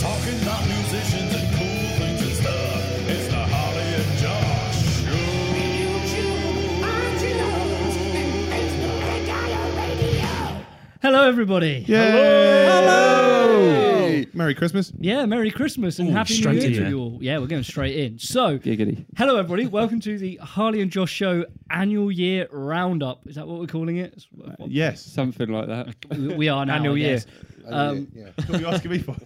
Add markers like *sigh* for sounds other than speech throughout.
talking about musicians and cool things and stuff. It's the Holly and Josh Show. Hello, everybody. Yeah, Hello. Merry Christmas. Merry Christmas and Happy New straight Year in to there. you all. Yeah, we're going straight in. So, Giggity. hello, everybody. Welcome to the Harley and Josh Show annual year roundup. Is that what we're calling it? It's what- what Yes. Something like that. we- We are now. Annual I year. guess. Um, That's what you asking me for?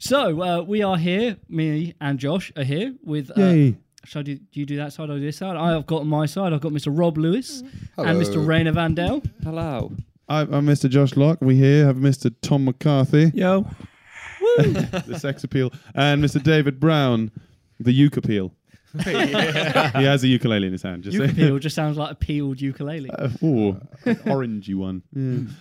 So, uh, we are here. Me and Josh are here with. Uh, Shall I do, do you do that side? I do this side. I have got my side. I've got Mr. Rob Lewis and Mr. Rainer Vandell. Hello. I, I'm Mr. Josh Locke. We here have Mr. Tom McCarthy, *laughs* Yo. the sex appeal, and Mr. David Brown, the uke appeal. he has a ukulele in his hand. Just Uke saying. peel just sounds like a peeled ukulele. Uh, *laughs* ooh, an orangey one.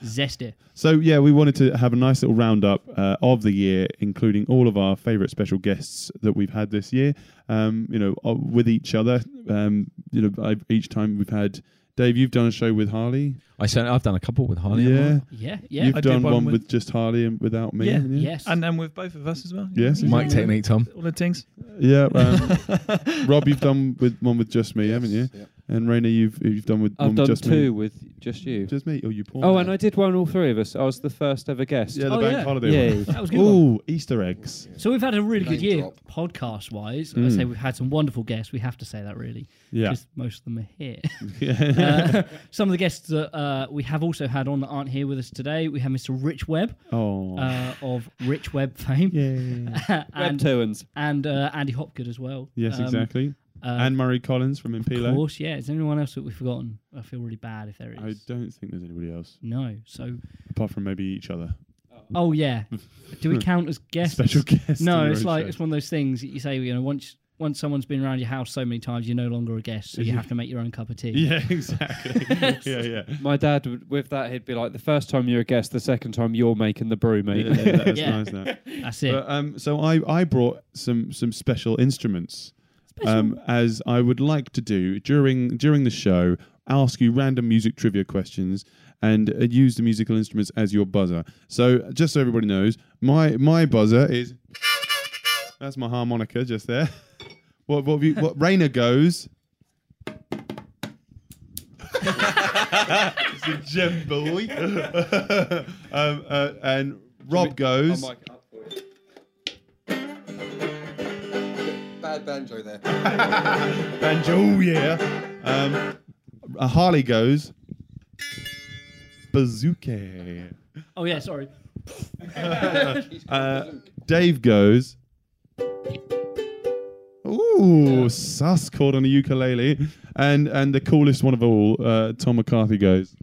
Zesty. So yeah, we wanted to have a nice little roundup uh, of the year, including all of our favourite special guests that we've had this year. Um, you know, uh, with each other. Um, you know, I, each time we've had Dave. You've done a show with Harley. I certainly, I've done a couple with Harley. haven't yeah. Yeah, yeah. You've I did done one one with, with- just Harley and without me. Yeah, yes. And then with both of us as well. Yes. I? Mic technique, Tom. All the things. Yeah. Um, Rob, you've done with one with just me, haven't you? And Raina, you've you've done with one I've done with just two me. with just you. Just me. Oh, you poor. oh, and I did one all three of us. I was the first ever guest. yeah, the Oh, bank yeah. holiday. Yay. one. that was a good. one. Ooh, Easter eggs. So we've had a really good Name year drop. podcast wise. I Mm. say we've had some wonderful guests. We have to say that really Yeah. because most of them are *laughs* here. *laughs* Uh, some of the guests that uh, we have also had on that aren't here with us today. We have Mr. Rich Webb oh. uh, of Rich Webb fame, yeah. Web and Towans. and uh, Andy Hopgood as well. Yes, Um, exactly. uh, and Murray Collins from of Impilo. course, yeah. Is there anyone else that we've forgotten? I feel really bad if there I is. don't think there's anybody else No. So, apart from maybe each other. oh *laughs* yeah, do we count as guests? Special guests. No, on your it's own like show. it's one of those things that you say, you know, once once someone's been around your house so many times, you're no longer a guest, so you have to make your own cup of tea. *laughs* yeah, *laughs* exactly. yeah, yeah. My dad, would, with that, he'd be like, the first time you're a guest, the second time you're making the brew, yeah, mate. yeah, *laughs* that's Yeah. nice. That. That's it. But, um, so I, I brought some some special instruments, Um, as I would like to do during during the show. Ask you random music trivia questions and uh, use the musical instruments as your buzzer. So just so everybody knows, my my buzzer is that's my harmonica just there. *laughs* What what have you, what Rainer goes. *laughs* it's a gem boy. *laughs* um, uh, and Rob oh goes. Bad banjo there. Banjo, oh, yeah. Um, a Harley goes. Bazooka. oh yeah, sorry. Uh, Dave goes. Ooh, sus chord on a ukulele, and and the coolest one of all, uh, Tom McCarthy goes.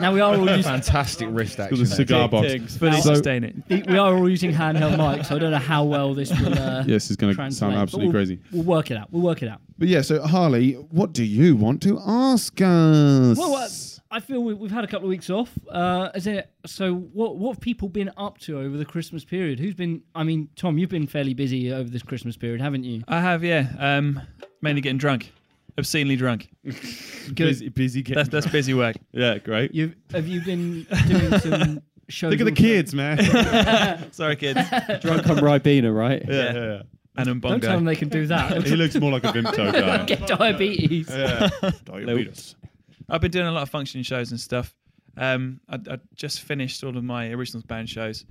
Now we are all *laughs* using Fantastic wrist action. With a there. cigar box. Tings. Fully So- sustain it. we are all using handheld mics, so I don't know how well this will uh, *laughs* Yes, it's going to translate. sound but we'll, absolutely crazy. We'll work it out. We'll work it out. But yeah, so Harley, what do you want to ask us? Well, uh, I feel we, we've had a couple of weeks off. Uh, is it? So what what have people been up to over the Christmas period? Who's been? I mean, Tom, you've been fairly busy over this Christmas period, haven't you? I have, yeah. Um, mainly getting drunk. Obscenely drunk. busy, busy getting That's, that's busy work. Yeah, great. You've have you been *laughs* doing some shows? Look at the also? kids, man. *laughs* yeah, Sorry, *laughs* kids. Drunk on Ribena, right? yeah, yeah. And I'm Don't tell them bongo. they can do *laughs* that. He looks more like a Vimto guy. *laughs* Oh, get diabetes. Yeah. Diabetes. I've been doing a lot of function shows and stuff. Um, I, I just finished all of my originals band shows.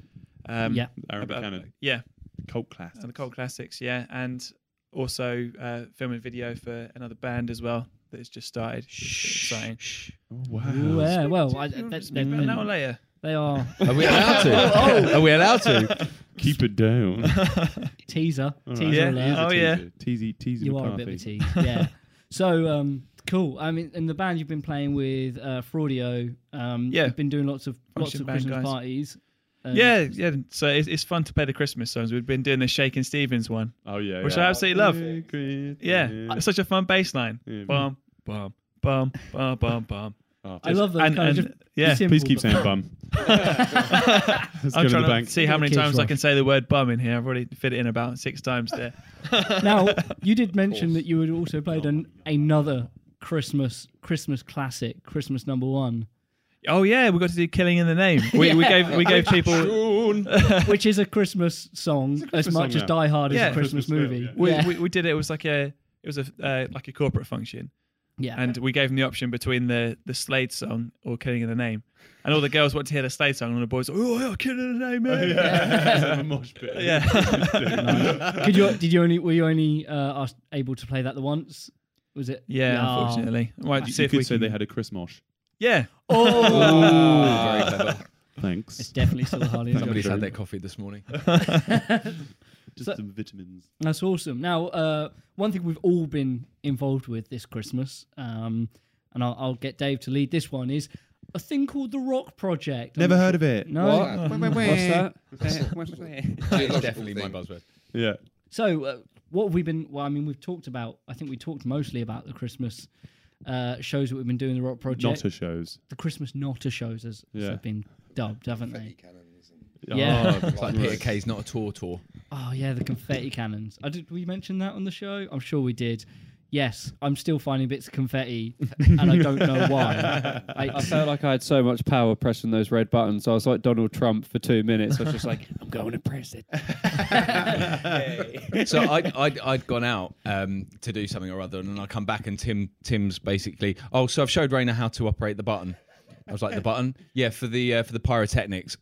Um, Yeah. Aaron about- Buchanan. Yeah. Cult class. And the cult classics, yeah, and also uh, filming video for another band as well that has just started. Exciting. Oh, wow. Yeah, well, Oh, I, Do you want that, to speak about that or later? they are Are we allowed to? Are we allowed to? *laughs* Keep it down. *laughs* teaser, teaser Yeah. alert. Yeah. Oh, yeah. Teasy, teasy You are a McCarthy. bit of a tease, yeah. *laughs* so, um, cool. I mean, and the band you've been playing with, uh, Fraudio, um, Yeah. you've been doing lots of lots Function of band Christmas guys. parties. Um, Yeah, yeah. So it's, it's fun to play the Christmas songs. We've been doing the Shaking Stevens one, Oh, yeah. which yeah. I absolutely love. Secret. Yeah, it's such a fun bass line. Yeah. Bum, bum, bum, bum, bum, *laughs* bum. Oh, I love those And, kind of and just yeah, simple, Please keep but- *laughs* saying bum. *laughs* Let's go I'm to the trying to bank. see how many Kids times I Rush. can say the word bum in here. I've already fit it in about six times *laughs* there. *laughs* Now, you did mention that you had also played an, another Christmas Christmas classic, Christmas number one. Oh yeah, we got to do "Killing in the Name." We, we gave we gave people. which is a Christmas song as Christmas much song, as yeah. Die Hard is Yeah. a Christmas, Christmas film, movie. yeah. *laughs* We, yeah. we, we did it. It was like a it was a uh, like a corporate function, Yeah. and we gave them the option between the the Slade song or "Killing in the Name," and all the girls wanted to hear the Slade song, and the boys, were, oh, yeah, "Killing in the Name." man." yeah. mosh pit. *laughs* *laughs* yeah. Could you? Did you only? Were you only uh, asked, able to play that the once? Was it? Yeah, No. unfortunately. Might You, see you if could we say can- they had a Chris Mosh. Yeah. Thanks. Oh. Definitely still the Harley. Somebody's Sure. had their coffee this *laughs* morning. Just So- some vitamins. That's awesome. Now, uh, one thing we've all been involved with this Christmas, um, and I'll, I'll get Dave to lead this one, is a thing called the Rock Project. I'm not of it. sure- No. What's that? It's definitely my buzzword. Yeah. *laughs* So, uh, what have we been? Well, I mean, we've talked about. I think we talked mostly about the Christmas uh, shows that we've been doing. The Rock Project, Notter shows. the Christmas Notter shows, as as Yeah. they've been dubbed, haven't they? Oh, Yeah. It's like Peter Kay's not a tour *laughs* tour. Oh yeah, the confetti cannons. I did we mention that on the show? I'm sure we did. Yes, I'm still finding bits of confetti, and I don't know why. I I, felt like I had so much power pressing those red buttons. I was like Donald Trump for two minutes. I was just like, I'm going to press it. so I, I'd, I'd gone out um, to do something or other, and then I come back and Tim Tim's basically, oh, so I've showed Raina how to operate the button. I was like, the button, yeah, for the uh, for the pyrotechnics.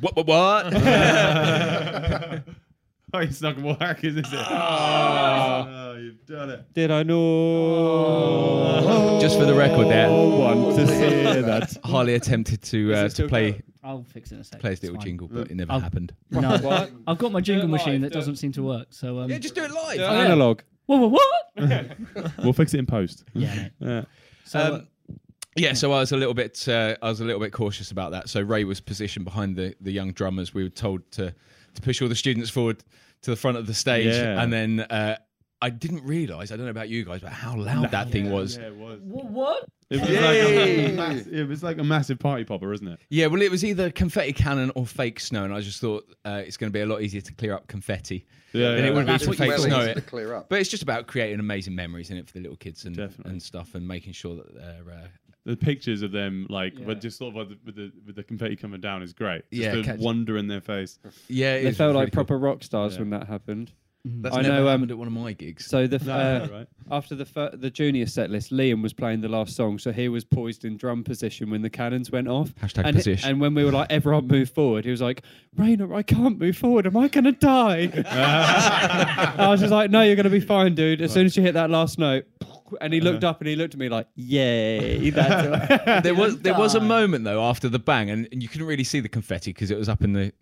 What? What? what? *laughs* Oh, it's not working, is it? Oh, you've done it. Did I *laughs* know? Just for the record, there, want Oh. to hear that. Harley attempted to uh, to play will fix it in a second. play his it's little fine. jingle, but it never I'll- happened. No, I've got my jingle live, machine that do it. doesn't seem to work. So um, do it live. yeah. Analog. whoa, whoa, what? We'll fix it in post. yeah. mate. Yeah. So uh, Um, yeah, so I was a little bit, uh, I was a little bit cautious about that. So Ray was positioned behind the, the young drummers. We were told to to push all the students forward to the front of the stage, Yeah. and then uh, I didn't realise. I don't know about you guys, but how loud that thing was. Yeah. it was. wh- what? It was, like a mass- it was like a massive party popper, isn't it? well, it was either confetti cannon or fake snow, and I just thought uh, it's going to be a lot easier to clear up confetti Yeah, than it would be That's to what you fake thought. snow Well, it's it. to clear up. But it's just about creating amazing memories in it for the little kids and, Definitely. and stuff, and making sure that they're uh, The pictures of them, like, but just sort of with the, with the with the confetti coming down, is great. Just Yeah, the catch- wonder in their *laughs* face. yeah. It They was felt really like cool. proper rock stars when that happened. That's I never know, um, happened at one of my gigs. So the uh, right. after the fir- the junior set list, Liam was playing the last song, so he was poised in drum position when the cannons went off. Hashtag and, position. And when we were like, everyone move forward, he was like, Rainer, I can't move forward. Am I *laughs* gonna die? I was just like, No, you're gonna be fine, dude. As soon as you hit that last note, and he Uh-huh. looked up and he looked at me like, *laughs* Yay! That's it." there was there was a die. moment though after the bang, and, and you couldn't really see the confetti because it was up in the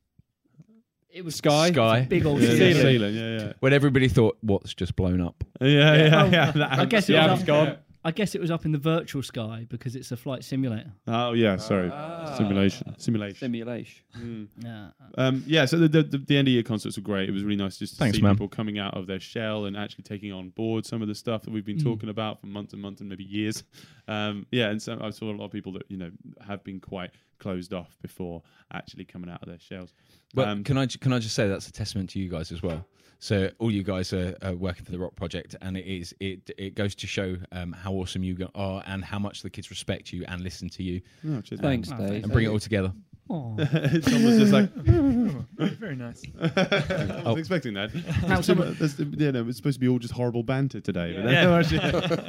It was sky. big old Yeah, the ceiling. ceiling. *laughs* Yeah, When everybody thought, "What's just blown up?" yeah, yeah, yeah. Well, yeah, that Oh, I guess it Yeah, was it's up- gone. I guess it was up in the virtual sky because it's a flight simulator. Oh yeah, sorry. Ah. Simulation. Simulation. Simulation. Yeah. Um, yeah, so the, the the- the end of year concerts were great. It was really nice just to Thanks, see man. people coming out of their shell and actually taking on board some of the stuff that we've Mm. been talking about for months and months and maybe years. *laughs* Um, yeah, and so I saw a lot of people that you know have been quite closed off before actually coming out of their shells. But Um, can I ju- can I just say that's a testament to you guys as well. So all you guys are, are working for the Rock Project, and it is it it goes to show um, how awesome you go- are and how much the kids respect you and listen to you Oh, cheers, man. Thanks, Dave. and bring it all together. Oh. *laughs* Tom was just like, Very nice. I was expecting that. Now, Tim, some- that's- yeah, no, it's supposed to be all just horrible banter today. But Yeah. then, actually,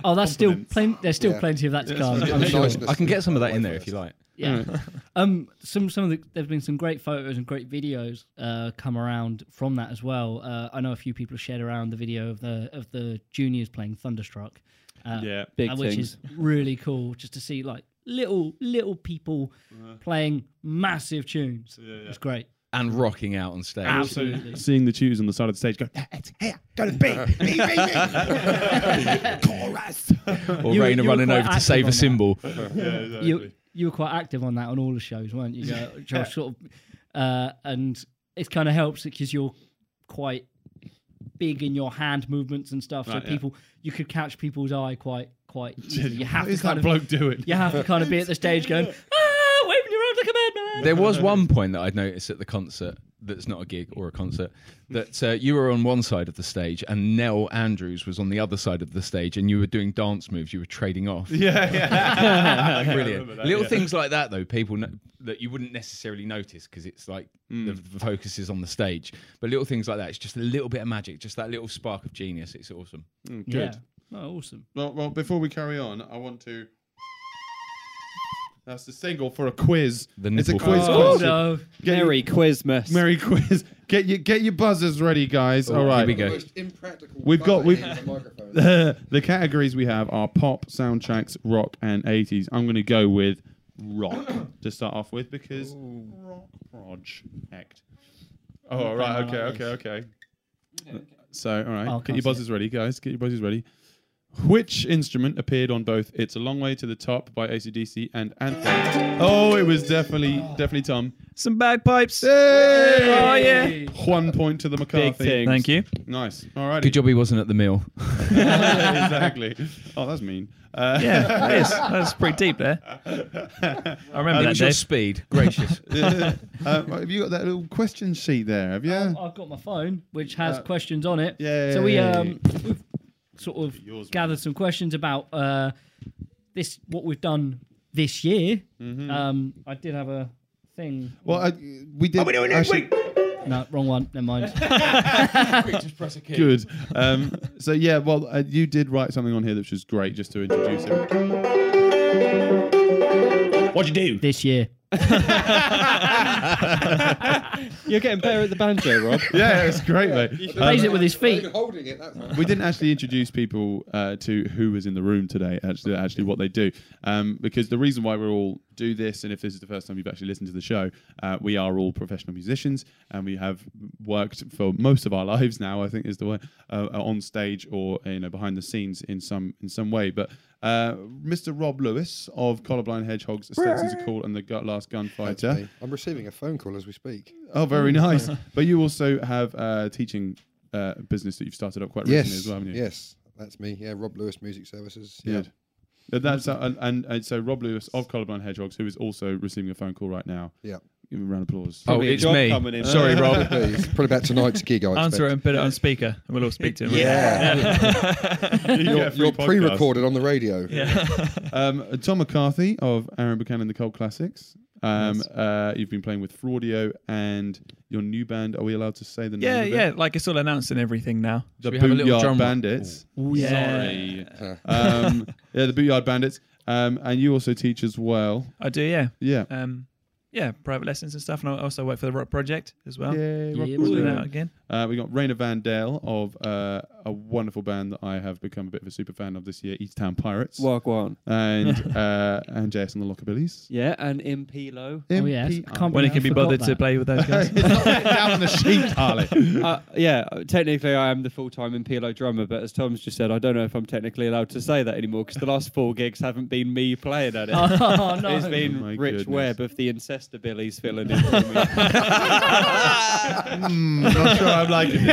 Oh, that's still Confidence. plenty. There's still Yeah. plenty of that to come. Yeah. I'm sure. Nice. I can get some of that in there if you like. Yeah. *laughs* um. Some some of the there've been some great photos and great videos uh come around from that as well. Uh, I know a few people have shared around the video of the of the juniors playing Thunderstruck. Uh, yeah. Big uh, which things. *laughs* is really cool just to see like little little people playing massive tunes. It's great. And rocking out on stage. Absolutely. Seeing the tutors on the side of the stage go, *laughs* Or You were- Raina you were running quite over to active save on a that. symbol. you you were quite active on that on all the shows, weren't you? Joe? Joe, sort of, uh, and it kind of helps because you're quite big in your hand movements and stuff. So Right, yeah. people, you could catch people's eye quite *laughs* quite. Easily. You have what to is kind that of bloke doing? you have to kind of be at the stage going ah, waving your arms like a madman. There was one point that I'd noticed at the concert that's not a gig or a concert that uh, you were on one side of the stage and Nell Andrews was on the other side of the stage and you were doing dance moves. You were trading off. Yeah, *laughs* yeah. Brilliant. Little things like that, though, people kn that you wouldn't necessarily notice because it's like Hmm. the, the focus is on the stage. But little things like that, it's just a little bit of magic, just that little spark of genius. It's awesome. Yeah. Oh, awesome. Well, well, before we carry on, I want to. That's the single for a quiz. The it's a nipple quiz. Oh, Oh, question. no. Get your- Merry Quizmas. Merry quiz. Get your get your buzzers ready, guys. All right. Here we go. Most impractical. We've got- buzzer we've- in *laughs* the microphone. *laughs* the categories we have are pop, soundtracks, rock, and 80s. I'm going to go with rock to start off with because rock project. Oh, all right. Okay, okay, okay. So, all right. Oh, Get can't your see buzzers ready, guys. Get your buzzers ready. Which instrument appeared on both It's a Long Way to the Top by ACDC and Anthem? Oh, it was definitely Ah. definitely Tom. Some bagpipes. Oh, yeah. One point to the McCarthy. thing. Thank you. Nice. All right. Good job he wasn't at the meal. exactly. *laughs* Oh, that's mean. Uh, *laughs* Yeah, that is. That's pretty deep *laughs* there. I remember It that, was your Dave. speed. Gracious. uh, have you got that little question sheet there? Have you? I've got my phone, which has questions on it. yay. So we um we've sort of gathered some questions about uh this what we've done this year. Um, I did have a thing. well, I, we did. Are we doing next week? No, wrong one. Never mind. Good. Um, so yeah, well, uh, you did write something on here which was great, just to introduce him. this year. You're getting better at the banjo, *laughs* Rob. *laughs* Yeah, it's great, mate. Um, Plays it with his Not feet. even holding it. That's we didn't actually introduce people uh, to who was in the room today. Actually, actually, what they do, um, because the reason why we all do this, and if this is the first time you've actually listened to the show, uh, we are all professional musicians, and we have worked for most of our *laughs* lives now. I think is the way uh, on stage or you know behind the scenes in some in some way. But uh, Mr. Rob Lewis of Colorblind Hedgehogs, Stetson's a Call, and the Gut Last Gunfighter. me. I'm receiving a phone call as we speak. Oh, very nice. But you also have uh, teaching. Uh, business that you've started up quite recently as well, haven't you? Yes. That's me. Yeah. Rob Lewis Music Services. Yeah. Good. But That's uh, and, and and so Rob Lewis of Colorblind Hedgehogs, who is also receiving a phone call right now. Yeah. Give him a round of applause. oh, Probably a it's job me. *laughs* coming in. Sorry, Rob. Probably, it's probably about tonight's gig. I expect. Answer it and put it on speaker, and we'll all speak to him. Yeah. You You're, get a free you're podcast. pre-recorded on the radio. Um, Tom McCarthy of Aaron Buchanan the Cold Classics. Um, uh, you've been playing with Fraudio and your new band. Are we allowed to say the Yeah, name? of yeah. It? Like it's all announced and everything now. The we have a little Bootyard drum- Bandits. Yeah. Sorry. um, *laughs* yeah, the Bootyard Bandits. Um, and you also teach as well. I do. Yeah. Yeah. Um, yeah. Private lessons and stuff, and I also work for the Rock Project as well. Yay, Rob yeah, Sorting Lewis. that out again. Uh, we got Raina Van Dale of uh, a wonderful band that I have become a bit of a super fan of this year, East Town Pirates, Walk one. and uh, and JS and the Lockabillies. Yeah, and Impilo. Oh yes. MPI. Can't When believe *laughs* it can I be forgot bothered to that. play with those guys. *laughs* it's not written down on the sheet, Harley. Uh, yeah, technically I am the full-time Impilo drummer, but as Tom's just said, I don't know if I'm technically allowed to say that anymore because the last four gigs haven't been me playing at it. *laughs* *laughs* Oh no. It's Oh, been my goodness. Rich Webb of the Incestabillies filling in for me. Mm, not sure I'm liking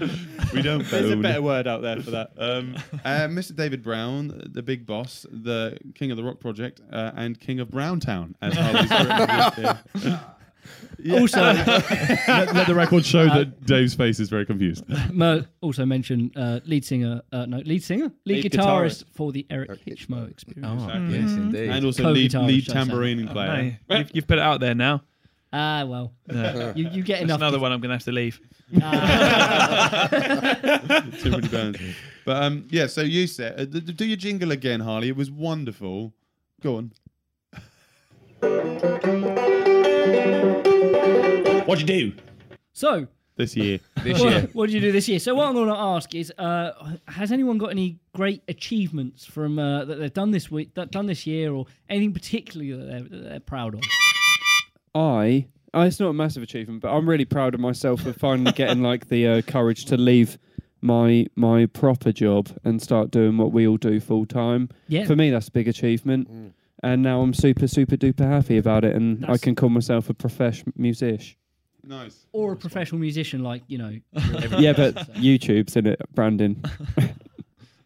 *laughs* this. we don't. There's a own. better word out there for that. Um, uh, Mr. David Brown, the big boss, the king of the rock project, uh, and king of Browntown, as *laughs* Harley's written this year. *laughs* Also, *laughs* let, let the record show Uh, that Dave's face is very confused. Mer also mentioned uh, lead singer, uh, no, lead singer, lead, Lead guitarist, guitarist. for the Eric Hitchmo experience. Oh, yes, Mm-hmm. indeed. and also Kobe lead, Tyler, lead should I say. tambourine player. Hey, you've, you've put it out there now. Ah, well, you, you get That's enough. another one I'm going to have to leave. *laughs* Too many bands. But um, yeah, so you said, uh, d- d- do your jingle again, Harley. It was wonderful. Go on. So, This year. This what, year. what did you do this year? So, what I'm going to ask is, uh, has anyone got any great achievements from uh, that they've done this week, that done this year, or anything particularly that they're, that they're proud of? I, oh, it's not a massive achievement, but I'm really proud of myself for finally getting like the uh, courage to leave my my proper job and start doing what we all do full time. Yeah. For me, that's a big achievement, Mm. and now I'm super super duper happy about it, and I That's- can call myself a profesh musician. *laughs* nice. Or a professional musician, like you know. *laughs* yeah, but YouTube's in it, Brandon.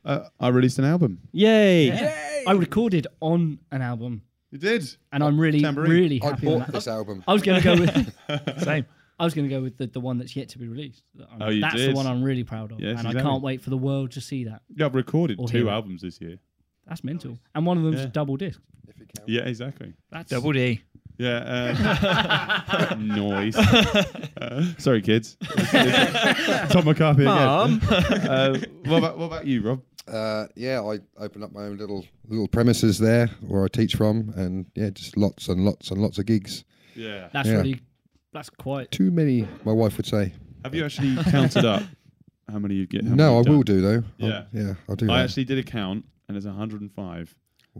Uh, I released an album. Yay! I recorded on an album. You did. and I'm really, Tambourine. really I happy. with bought that. this album. I was going to go with. *laughs* Same. I was going to go with the, the one that's yet to be released. That I'm- Oh, you that's the did. one I'm really proud of, Yes, and I exactly. can't wait for the world to see that. Yeah, I've recorded Or two hero. albums this year. That's mental, and one of them's Yeah. a double disc. If it counts. Yeah, exactly. That's Double D. Yeah. *laughs* Uh, noise. Uh, sorry, *laughs* kids. Tom McCarthy again. Uh, what, about, what about you, Rob? Uh, yeah, I opened up my own little little premises there where I teach from, and yeah, just lots and lots and lots of gigs. Yeah. That's Yeah. really. That's quite. Too many, my wife would say. Have you actually counted up how many you get? how many no, I you've will done? do though. I'll- Yeah. yeah, I'll do. I that. actually did a count, and it's 105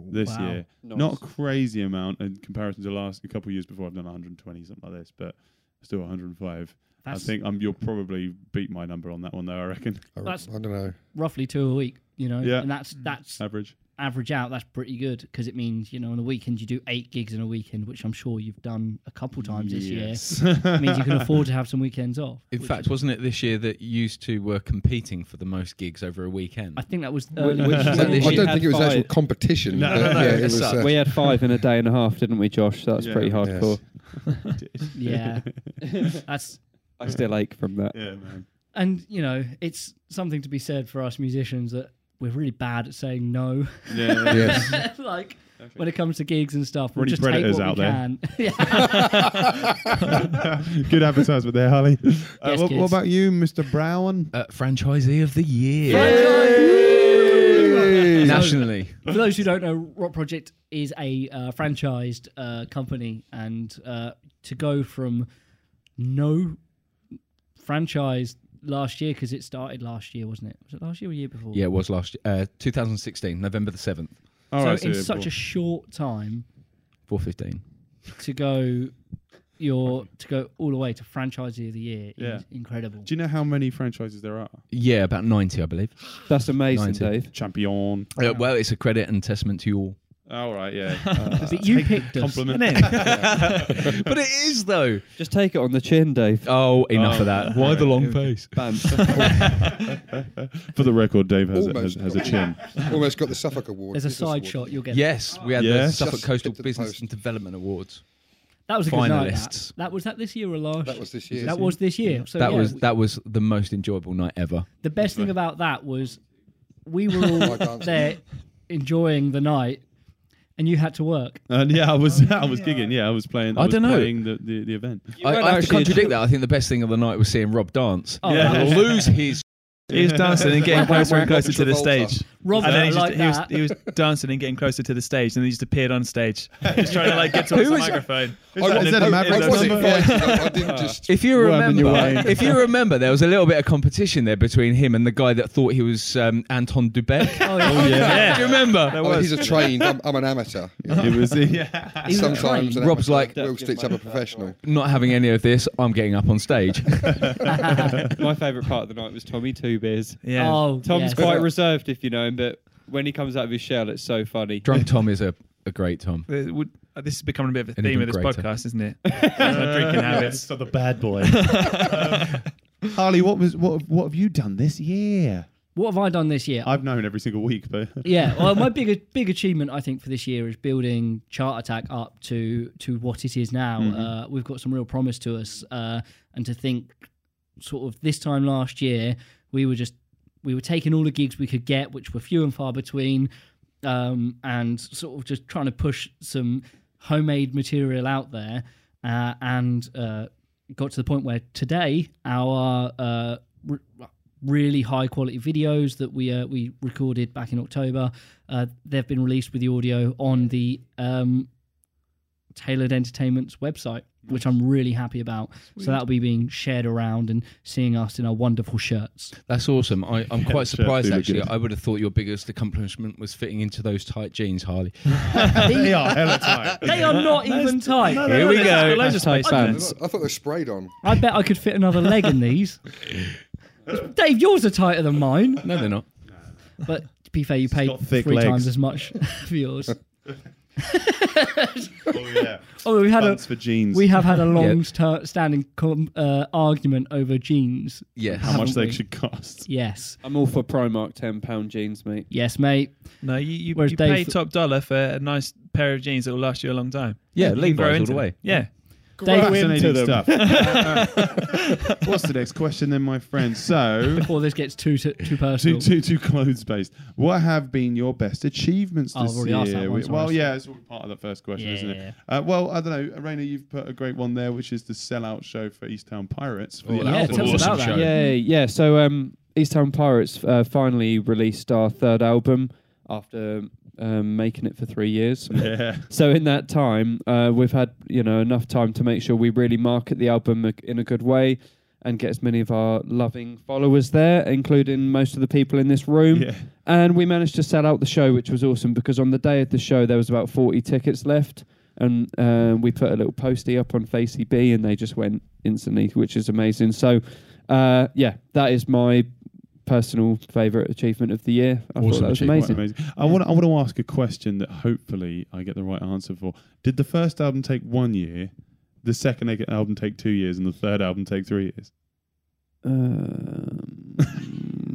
this Wow. year. Not a crazy amount in comparison to last a couple of years before. I've done 120 something like this, but still 105. That's I think um, you'll probably beat my number on that one, though. I reckon *laughs* I, that's- I don't know. roughly two a week. You know, Yeah. and that's that's average. average out. That's pretty good because it means you know on the weekend you do eight gigs in a weekend, which I'm sure you've done a couple times this Yes. year. *laughs* It means you can afford to have some weekends off. In which fact, wasn't it this year that you two were competing for the most gigs over a weekend? I think that was early. which- weeks. So I this don't year had think it was actual five. competition. No, but no, no, yeah, it it's was, up. uh, We had five in a day and a half, didn't we, Josh? That's Yeah. pretty hardcore. yeah, that's I still ache from that. Yeah, man. and you know it's something to be said for us musicians that we're really bad at saying no. *laughs* Yeah. yes. like when it comes to gigs and stuff, For we'll any just predators take what we out can. Uh, *laughs* yeah. *laughs* Good advertisement there, *laughs* Harley. Uh, Yes, what, kids. what about you, Mr. Brown? uh, franchisee of the year nationally. For those who don't know, Rock Project is a uh, franchised uh, company, and uh, to go from no franchise last year because it started last year, wasn't it? Was it last year or the year before? Yeah, it was last year, uh, 2016, November the seventh, All So right, in yeah, such cool. a short time, 415. to go your to go all the way to franchisee of the year Yeah. is incredible. Do you know how many franchises there are? Yeah, about 90, I believe. That's amazing, 90. Dave. Champion. Uh, well, it's a credit and testament to you all. All right, yeah. But you picked us. *laughs* Compliment. Innit? but it is though. Just take it on the chin, Dave. Oh, enough Oh, of that. Why the long face? Bam. *laughs* For the record, Dave has, a, has, Almost has a chin. Almost got the Suffolk Award. There's a Business side Award. shot you'll get. Yes, we had Yes. the Suffolk Just Coastal hit the Business post. and Development Awards. That was a good night. That. Finalists. Mm-hmm. that was that this year or last? That was this year. That was this year. So that yeah, was we- that was the most enjoyable night ever. the best thing about that was we were I all can't see. there enjoying the night, and you had to work. *laughs* And yeah, I was I was gigging. Yeah, I was playing. I, I was dunno. playing the, the, the event. I, weren't I have to actually- contradict that. I think the best thing of the night was seeing Rob dance. Oh, Yeah. that was- Lose his. He was dancing and getting closer and closer to the Travolta. stage. Robert and then he, just, like he, was, that. he was *laughs* dancing and getting closer to the stage, and then he just appeared on stage, just trying to like get towards the microphone. Is Oh, that, is that a I Mavericks wasn't number? invited. I I didn't *laughs* just. If you Worming your remember, if you remember, there was a little bit of competition there between him and the guy that thought he was um, Anton *laughs* Dubek. Oh, yeah. Yeah. Do you remember? Oh, he's a trained. I'm, I'm an amateur. you *laughs* know. It was *laughs* yeah. He was Sometimes trained. an Rob's amateur like- will sticks up a professional. Not having any of this, I'm getting up on stage. *laughs* My favourite part of the night was Tommy Two Beers. Yeah. Oh, Tom's yes. quite reserved, if you know him, but when he comes out of his shell, it's so funny. Drunk Tom is a, a great Tom. It would- uh, this is becoming a bit of a And theme even of this greater. podcast, *laughs* isn't it? My drinking habits. the bad *laughs* boy. Um, *laughs* Harley, what was what what have you done this year? What have I done this year? I've known every single week, *laughs* but yeah. Well, my big big achievement I think for this year is building Chart Attack up to to what it is now. Uh, we've got some real promise to us, uh, and to think sort of this time last year we were just we were taking all the gigs we could get, which were few and far between, um, and sort of just trying to push some homemade material out there, uh, and uh, got to the point where today our uh, re- really high quality videos that we uh, we recorded back in October, uh, they've been released with the audio on the um, Tailored Entertainment's website, which I'm really happy about. So that'll be being shared around and seeing us in our wonderful shirts. That's awesome. I, I'm sure, quite surprised they look actually. good. I would have thought your biggest accomplishment was fitting into those tight jeans, Harley. *laughs* they are hella tight. *laughs* They are not even tight. Here we go. Loads of tight I pants. thought they were sprayed on. I bet I could fit another leg in these. *laughs* Dave, yours are tighter than mine. No, they're not. But to be fair, you paid got three *laughs* thick legs. times as much for yours. Oh yeah. Oh, we had a Bunts for jeans. we have had *laughs* a long sta- standing com- uh, argument over jeans. Yes. how much haven't they we? should cost. Yes, I'm all for Primark ten pound jeans, mate. yes, mate. No, you, you, Whereas you Dave- pay top dollar for a nice pair of jeans that will last you a long time. Yeah, You can Levi's grow all into the them. way. Yeah. Dave, *laughs* Fascinating stuff. *laughs* What's the next question then, my friend? *laughs* So, before this gets too too, too too, personal. too, too clothes based. What have been your best achievements Oh, I've this already year? asked that one, so well, that's- yeah, it's all part of the first question, Yeah, isn't yeah, it? Uh, well, I don't know. Raina, you've put a great one there, which is the sellout show for East Town Pirates. For Oh, the yeah, album. tell us about Awesome that. show. Yeah, yeah. So um, East Town Pirates uh, finally released our third album after um, making it for three years. *laughs* Yeah. So in that time, uh, we've had you know enough time to make sure we really market the album a- in a good way and get as many of our loving followers there, including most of the people in this room. Yeah. And we managed to sell out the show, which was awesome because on the day of the show there was about forty tickets left, and um, we put a little postie up on Facey B, and they just went instantly, which is amazing. So uh, yeah, that is my personal favourite achievement of the year. I thought Awesome that was achievement. amazing. Quite amazing. I want I want to ask a question that hopefully I get the right answer for. Did the first album take one year, the second ag- album take two years, and the third album take three years?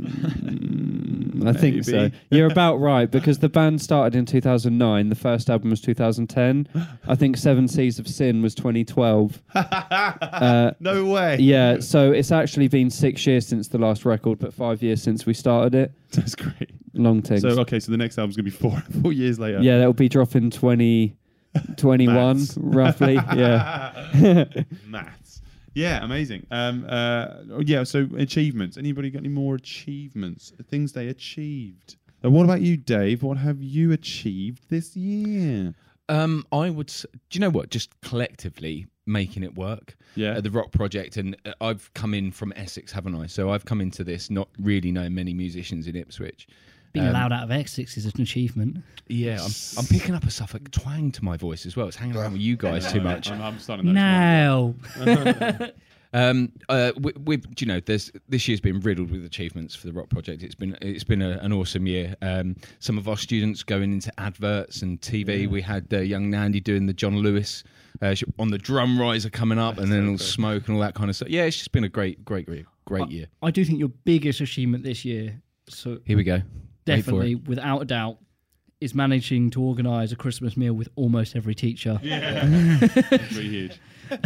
Um, I think so. Maybe. *laughs* You're about right because the band started in 2009. The first album was 2010. I think Seven Seas of Sin was 2012. Uh, No way. yeah, so it's actually been six years since the last record, but five years since we started it. That's great. Long things. So oh, okay, so the next album's gonna be four *laughs* four years later. yeah, that'll be *laughs* dropping 2021 Maths. roughly. *laughs* Yeah. Maths. Yeah, amazing. Um, uh, oh, yeah, so achievements. Anybody got any more achievements? Things they achieved. And what about you, Dave? What have you achieved this year? Um, I would. s- Do you know what? Just collectively making it work. Yeah. Uh, the rock project, and uh, I've come in from Essex, haven't I? So I've come into this not really knowing many musicians in Ipswich. Being Um, allowed out of Essex is an achievement. Yeah, I'm, I'm picking up a Suffolk twang to my voice as well. It's hanging around with you guys too much. I'm, I'm starting that. Now, Um, uh, we, we, do you know, there's this year's been riddled with achievements for the Rock Project. It's been it's been a, an awesome year. Um, some of our students going into adverts and TV. We had uh, young Nandy doing the John Lewis uh, sh- on the drum riser coming up, and then all smoke and all that kind of stuff. Yeah, it's just been a great, great, great, great year. I do think your biggest achievement this year, so Here we go. Wait for definitely it. without a doubt, is managing to organise a Christmas meal with almost every teacher. Yeah, Pretty huge.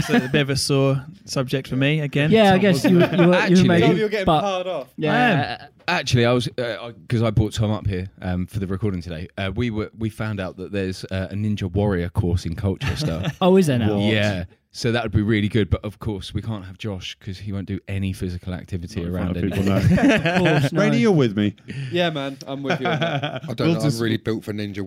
So a bit of a sore subject for me again. I guess you, you were, you were Actually- amazing, Oh, but- off. Yeah, Actually, I was because I brought Tom up here um, for the recording today. Uh, we were we found out that there's uh, a Ninja Warrior course in Colchester. Oh, is there now? Yeah. So that would be really good, but of course we can't have Josh because he won't do any physical activity around it. *laughs* people know. Of *laughs* course, no. Rainy, you're with me. Yeah, man, I'm with you. on that. *laughs* I don't We'll know. just- I'm really *laughs* built for Ninja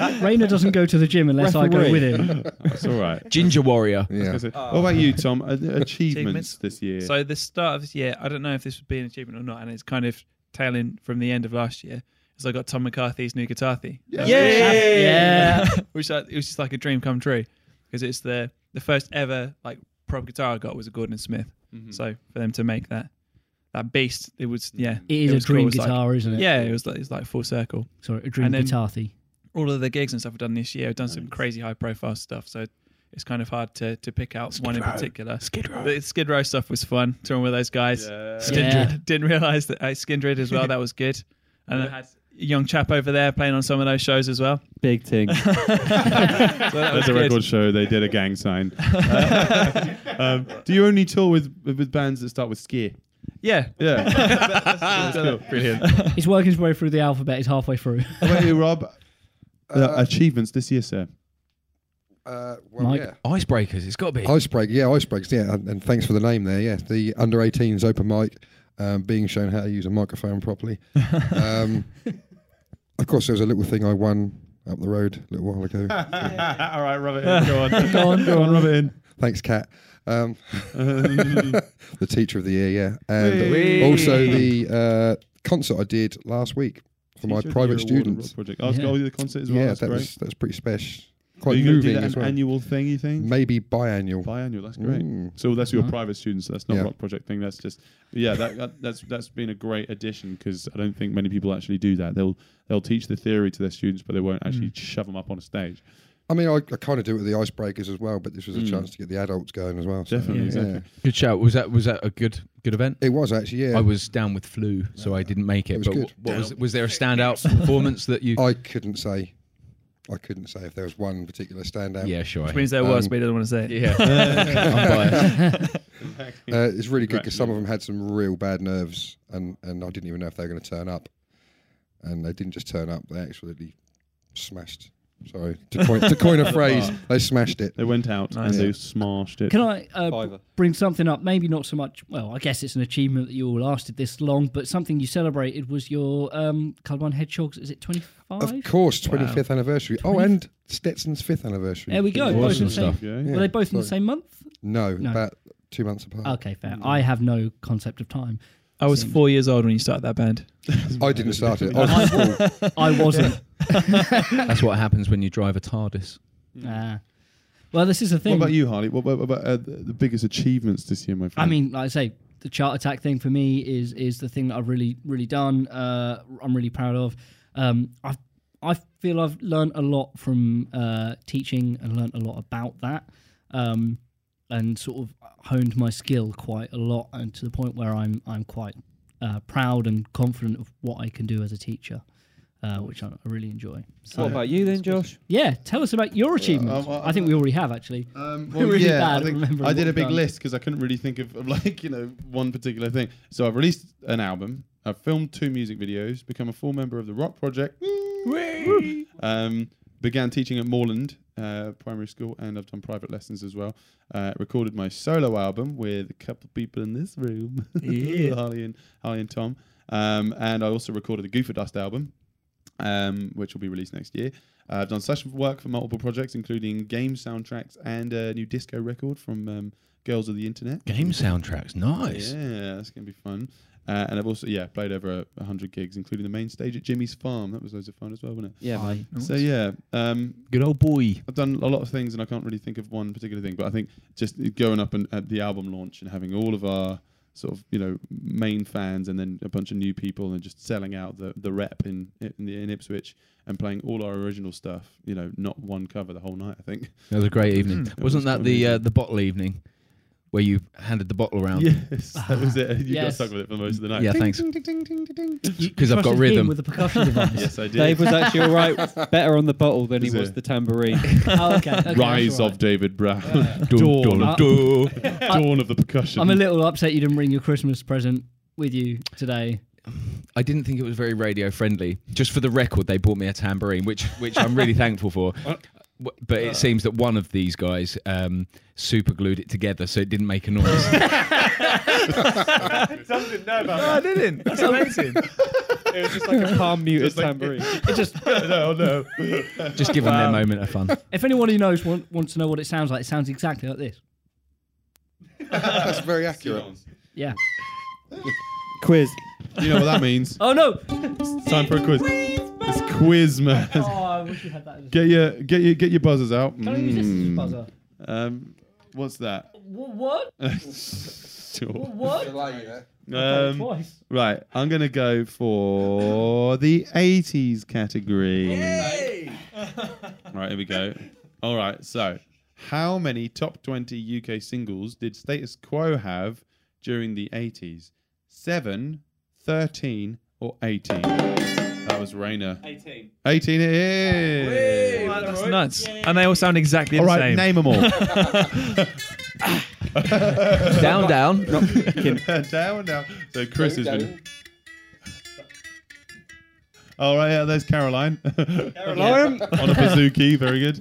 *laughs* Warrior. Rainer doesn't go to the gym unless I Referee. go with him. *laughs* That's all right. Ginger Warrior. yeah. That's it. What about you, Tom? A- Achievements Achievements? this year? So the start of this year, I don't know if this would be an achievement or not, and it's kind of tailing from the end of last year. Is I got Tom McCarthy's new guitar theme, Yeah. which I, it was just like a dream come true, because it's the the first ever like prop guitar I got was a Gordon Smith. So for them to make that that beast, it was yeah, *laughs* It is a was cool. dream It was like- guitar, isn't it? yeah, it was like it was like full circle. Sorry, a dream And then- guitar thing. All of the gigs and stuff I've done this year, I've done some crazy high profile stuff. So it's kind of hard to to pick out one in particular. Skid Row. The Skid Row stuff was fun. Touring with those guys. Skindred. Yeah. *laughs* Didn't realise that I Skindred as well. That was good. And I had a young chap over there playing on some of those shows as well. Big thing. There's a good. record show. They did a gang *laughs* sign. um, do you only tour with with bands that start with ski? Yeah. Yeah, *laughs* That's *laughs* cool. Brilliant. He's working his way through the alphabet. He's halfway through. What about you, Rob? Uh, achievements this year, *laughs* sir. Uh, well, Mike. yeah. Icebreakers. It's got to be. Icebreak, yeah, icebreakers, yeah, and, and thanks for the name there, yeah. The under 18s open mic, um, being shown how to use a *laughs* microphone properly. um, of course, there was a little thing I won up the road a little while ago. All right, rub it in. Go on, *laughs* go on, go on, rub it in. thanks, Kat. *laughs* Um, the teacher of the year, yeah, and Whee! also the uh, concert I did last week for Teacher my of the Year private Award and students. Rock Project. Oh, it's got Yeah. all the concert as well. Yeah, That's that great. was that was pretty special. Are quite you going to do moving that as an well. annual thing? You think? Maybe biannual. Biannual. That's great. Mm. So that's your Wow. private students. That's not Yeah. rock project thing. That's just yeah. That, that that's that's been a great addition because I don't think many people actually do that. They'll they'll teach the theory to their students, but they won't Mm. actually shove them up on a stage. I mean, I, I kind of do it with the icebreakers as well, but this was a Mm. chance to get the adults going as well. so, Definitely, exactly. Good shout. Was that was that a good good event? It was actually, yeah. I was down with flu, so I didn't make it. It was but good. wh- what was was there a standout performance that you? *laughs* I couldn't say. I couldn't say if there was one particular standout. yeah, sure. Which means there was, Um, but he doesn't want to say it. *laughs* yeah, I'm biased. Uh, it's really good Right, because some of them had some real bad nerves, and, and I didn't even know if they were going to turn up, and they didn't just turn up; they actually smashed. Sorry to coin, to coin a phrase, they smashed it. They went out Nice. and Yeah. they smashed it. Can I uh, b- Fiver. bring something up? Maybe not so much. Well, I guess it's an achievement that you all lasted this long, but something you celebrated was your um, Carbon Hedgehogs. Is it twenty Of five? course, twenty fifth anniversary. Oh, and Stetson's fifth anniversary. There we go. Awesome Both in the same, stuff. Yeah. Were Yeah, they both in the sorry. same month? No, No. about two months apart. Okay, fair. I have no concept of time. I was Same. four years old when you started that band. *laughs* I didn't start *laughs* it. I was at school. I wasn't. That's what happens when you drive a TARDIS. Ah. well, this is the What thing. about you, Harley? What about, about uh, the the biggest achievements this year, my friend? I mean, like I say, the chart attack thing for me is is the thing that I've really really done. Uh, I'm really proud of. Um, I I feel I've learned a lot from uh, teaching and learned a lot about that, um, and sort of honed my skill quite a lot, and to the point where I'm I'm quite uh, proud and confident of what I can do as a teacher, uh, which I, I really enjoy. So What about uh, you then, Josh? yeah, tell us about your achievements. um, I think we already have actually. Um, We're *laughs* really bad at I, think remembering I what did a we've big done. list because I couldn't really think of, of like you know one particular thing. So I've released an album. I've filmed two music videos. Become a full member of the Rock Project. Um, began teaching at Moreland uh, Primary School, and I've done private lessons as well. Uh, recorded my solo album with a couple of people in this room, *laughs* Yeah. Harley and Harley and Tom. Um, and I also recorded a Goofer Dust album, um, which will be released next year. Uh, I've done session work for multiple projects, including game soundtracks and a new disco record from um, Girls of the Internet. Game soundtracks, nice. Yeah, that's gonna be fun. Uh, and I've also yeah played over a hundred gigs, including the main stage at Jimmy's Farm. That was loads of fun as well, wasn't it? Yeah, man. So yeah, um, Good old boy. I've done a lot of things, and I can't really think of one particular thing. But I think just going up and at the album launch and having all of our sort of you know main fans, and then a bunch of new people, and just selling out the the rep in in, the, in Ipswich and playing all our original stuff. You know, not one cover the whole night. I think. That was a great evening. Mm. Wasn't that the uh, the bottle evening where you handed the bottle around? *laughs* Yes, that was it. You got Yes. stuck with it for most of the night. Yeah, Ding, thanks. ding, ding, ding, ding, ding. *laughs* Because I've got Crushed his game rhythm. with the percussion *laughs* device. Yes, I did. Dave was actually *laughs* all right, better on the bottle than he Is was it? *laughs* the tambourine. Oh, okay, okay, that's Rise all of right. David Brown. Dun, *laughs* Dawn. dun, dun. Dawn of the percussion. I'm a little upset you didn't bring your Christmas present with you today. I didn't think it was very radio friendly. Just for the record, they bought me a tambourine, which which I'm really thankful for. W- But it seems that one of these guys um, super glued it together, so it didn't make a noise. I didn't. That's amazing. it was just like a palm muted like- tambourine. no, no. Just giving them their moment of fun. *laughs* If anyone who knows want, wants to know what it sounds like, it sounds exactly like this. That's very accurate. Yeah. Quiz. You know what that means? *laughs* Oh no! It's time for a quiz. It's quiz, man. Oh, I wish you had that. As a... Get your get your get your buzzers out. Can I use this as a Mm. buzzer? Um, what's that? *laughs* Wh- What? Sure. What? Um, Twice. right, I'm gonna go for the '80s category. All *laughs* right, here we go. All right, so how many top 20 UK singles did Status Quo have during the 80s? 7, 13, or 18? That was Rainer. 18. 18 it is. That's nuts. And they all sound exactly All the right, same. name them *laughs* all. down, down. *laughs* down now. So Chris has been. All right, yeah, there's *laughs* Caroline. Caroline on a bazooki, very good.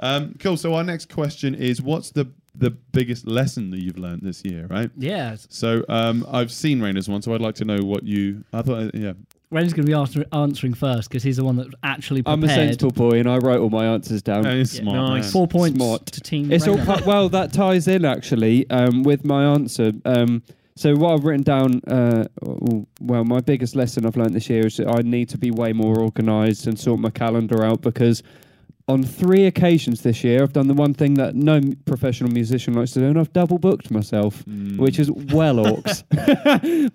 Um, cool. So our next question is, what's the the biggest lesson that you've learned this year? Right. Yeah. So um, I've seen Rainer's one, so I'd like to know what you. I thought, yeah, Ren's going to be answer, answering first because he's the one that actually I'm prepared. a sensible boy and I wrote all my answers down. and it's Yeah. smart. Nice. man. Four points Smart. to team. It's all Rainer. part, well that ties in actually um, with my answer. Um, so what I've written down, uh, w- well, my biggest lesson I've learned this year is that I need to be way more organised and sort my calendar out because on three occasions this year, I've done the one thing that no m- professional musician likes to do, and I've double booked myself, Mm. which is well orcs.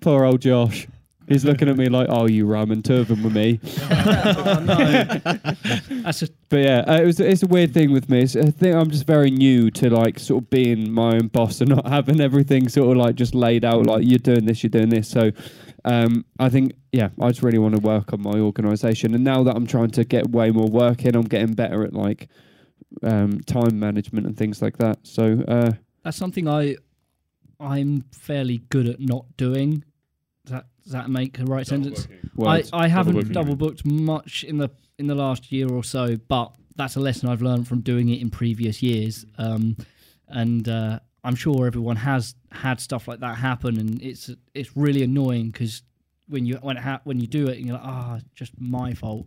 *laughs* Poor old Josh. He's looking at me like, "Oh, you rum and turban with me." That's a, But yeah, uh, it was it's a weird thing with me. It's a thing I'm just very new to like sort of being my own boss and *laughs* not having everything sort of like just laid out like you're doing this, you're doing this. So um, I think yeah, I just really want to work on my organisation. And now that I'm trying to get way more work in, I'm getting better at like um, time management and things like that. So uh, that's something I I'm fairly good at not doing. Does that does that make a right sentence? well, I, I haven't booking, double booked much in the in the last year or so, but that's a lesson I've learned from doing it in previous years. Um, and uh, I'm sure everyone has had stuff like that happen, and it's it's really annoying because when you when it ha- when you do it, and you're like, ah, it's just my fault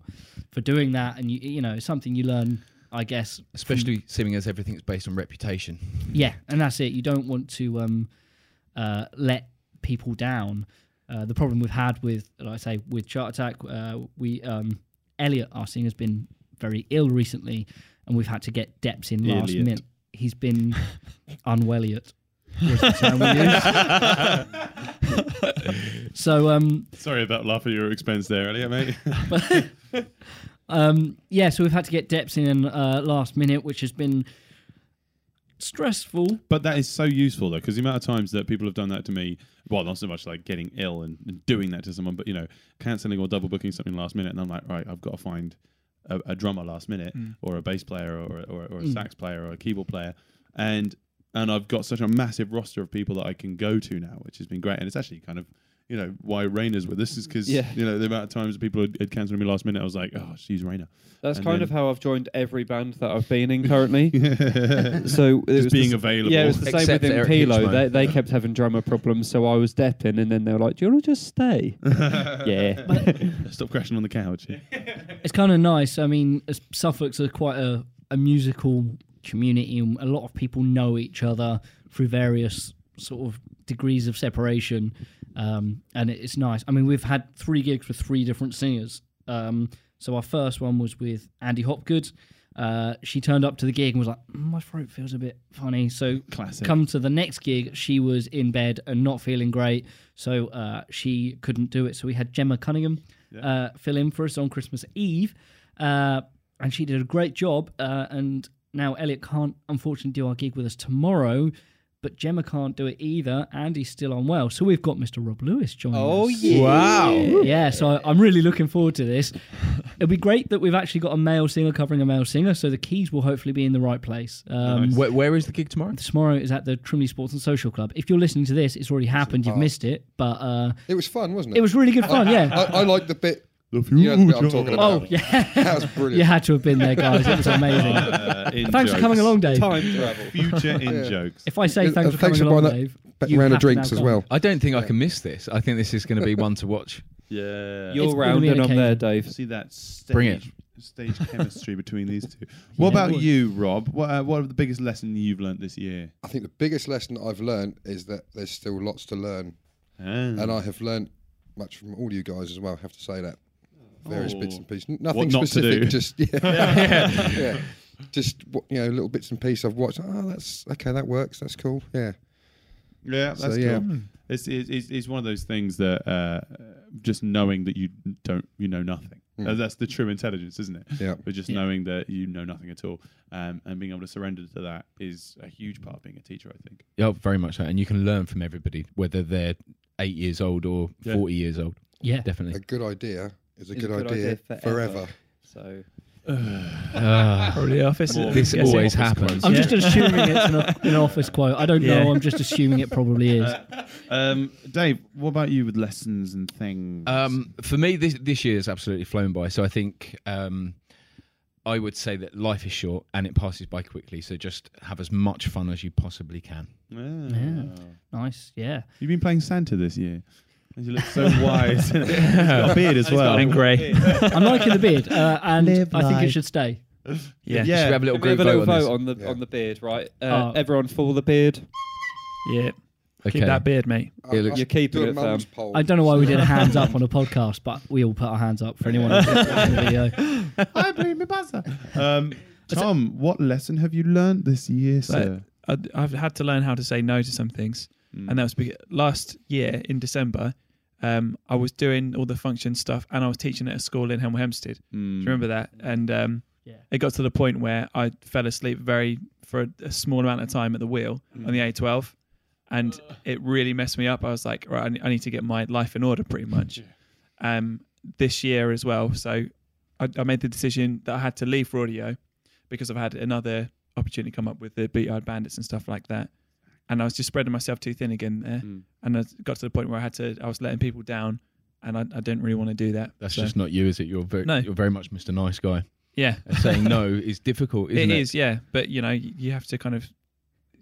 for doing that, and you you know it's something you learn, I guess. Especially seeing as everything's based on reputation. Yeah, and that's it. You don't want to um, uh, let people down. Uh, the problem we've had with, like I say, with Chart Attack, uh, we um, Elliot, our singer, has been very ill recently, and we've had to get Depps in last Elliot. minute. He's been unwelliot. was the term we used. *laughs* so um, Sorry about laughing at your expense there, Elliot, mate. Um, yeah, so we've had to get Depps in uh, last minute, which has been stressful. But that is so useful though, because the amount of times that people have done that to me, well, not so much like getting ill and, and doing that to someone, but you know, cancelling or double booking something last minute, and I'm like, right, I've got to find a, a drummer last minute, or a bass player, or or, or a Mm. sax player, or a keyboard player, and and I've got such a massive roster of people that I can go to now, which has been great, and it's actually kind of. You know why Raina's with this is because Yeah. you know the amount of times people had, had cancelled me last minute. I was like, oh, she's Raina, that's And kind then- of how I've joined every band that I've been *laughs* in currently. so it just was the being s- available. Yeah, it was the same Except with Eric Impilo. Hitchman. They, they kept having drummer problems, so I was depping, and then they were like, "Do you want to *laughs* just stay?" yeah, *laughs* *laughs* Stop crashing on the couch. Uh, it's kind of nice. I mean, as- Suffolk's a quite a, a musical community, and a lot of people know each other through various sort of degrees of separation, um, and it- it's nice. I mean, we've had three gigs with three different singers. Um, so our first one was with Andy Hopgood. Uh, she turned up to the gig and was like, "Mm, "My throat feels a bit funny." So Classic. Come to the next gig, she was in bed and not feeling great, so uh, she couldn't do it. So we had Gemma Cunningham uh, fill in for us on Christmas Eve, uh, and she did a great job. Uh, and now Elliot can't unfortunately do our gig with us tomorrow, but Gemma can't do it either. Andy's still unwell, so we've got Mr. Rob Lewis joining us. Wow. Oh, Yeah, so I- I'm really looking forward to this. *laughs* It'll be great that we've actually got a male singer covering a male singer, so the keys will hopefully be in the right place. Um, Where, where is the gig tomorrow? tomorrow is at the Trimley Sports and Social Club. If you're listening to this, it's already happened. You've missed it, but uh, It was fun, wasn't it? it was really good *laughs* fun. I, Yeah. I like the bit. You know the bit I'm talking about. Oh *laughs* yeah, That was brilliant. you had to have been there, guys. It was amazing. Thanks for coming along, Dave. time travel. Future *laughs* in jokes. If I say Yeah, thanks for Uh, thanks coming for along, buying Dave, But you round of have now drinks as gone. well. I don't think I can miss this. I think this is going to be one to watch. Yeah. You're It's gonna round be an and I'm there, occasion. Dave. see that stage, Bring it. stage chemistry between these *laughs* two. What about you, Rob? What uh, what are the biggest lesson you've learnt this year? I think the biggest lesson I've learned is that there's still lots to learn, and I have learned much from all you guys as well. I have to say that various Oh. bits and pieces, nothing not to specific, do. just *laughs* yeah, *laughs* yeah. just what- you know, little bits and pieces I've watched. Oh, that's okay, that works, that's cool, yeah. yeah, that's so, yeah. cool. Hmm. It's, it's it's- it's one of those things that uh, just knowing that you don't you know nothing. Uh, that's the true intelligence, isn't it? Yeah. But just knowing that you know nothing at all, um, and being able to surrender to that is a huge part of being a teacher. I think. Yeah, Oh, very much so. And you can learn from everybody, whether they're eight years old or Yeah. 40 years old. Yeah. A Definitely. good idea is a, good, idea, forever. So Probably the office. More- Uh, This Yes, always it- happens. I'm just assuming it's an, an office quote. I don't Yeah. know. I'm just assuming it probably is. Um, Dave, what about you with lessons and things? Um, for me, this this year has absolutely flown by. So I think um, I would say that life is short and it passes by quickly. So just have as much fun as you possibly can. Ah. Nice. Yeah. You've been playing Santa this year. And you look so wise. He's got a beard as well. *laughs* in grey. I'm liking the beard, uh, and I think it should stay. Yeah. Yeah. Should we have a little we have group a vote, little on vote this? on, the Yeah. on the beard, right? Uh, Oh. everyone for the beard. Yeah. Okay. Keep that beard, mate. I- looks- I- You're keeping do a it, mum's Sam. poll. I don't know why we did a hands up on a podcast, but we all put our hands up for anyone who's watching the video. I blame my buzzer. Um, Tom, what lesson have you learned this year, sir? I, I've had to learn how to say no to some things, Mm. and that was because last year in December, um, I was doing all the function stuff and I was teaching at a school in Hemel Hempstead. Mm. Do you remember that? And um, Yeah. it got to the point where I fell asleep very for a, a small amount of time at the wheel Mm. on the A12, and it really messed me up. I was like, right, I ne- I need to get my life in order, pretty much. um, this year as well, so I, I made the decision that I had to leave for audio because I've had another opportunity come up with the Beat Yard Bandits and stuff like that. And I was just spreading myself too thin again there. Mm. And I got to the point where I had to, I was letting people down and I, I didn't really want to do that. That's So- just not you, is it? You're very, No. you're very much Mr. Nice Guy. yeah, And saying no is difficult, it isn't it? is. Yeah. But you know, y- you have to kind of,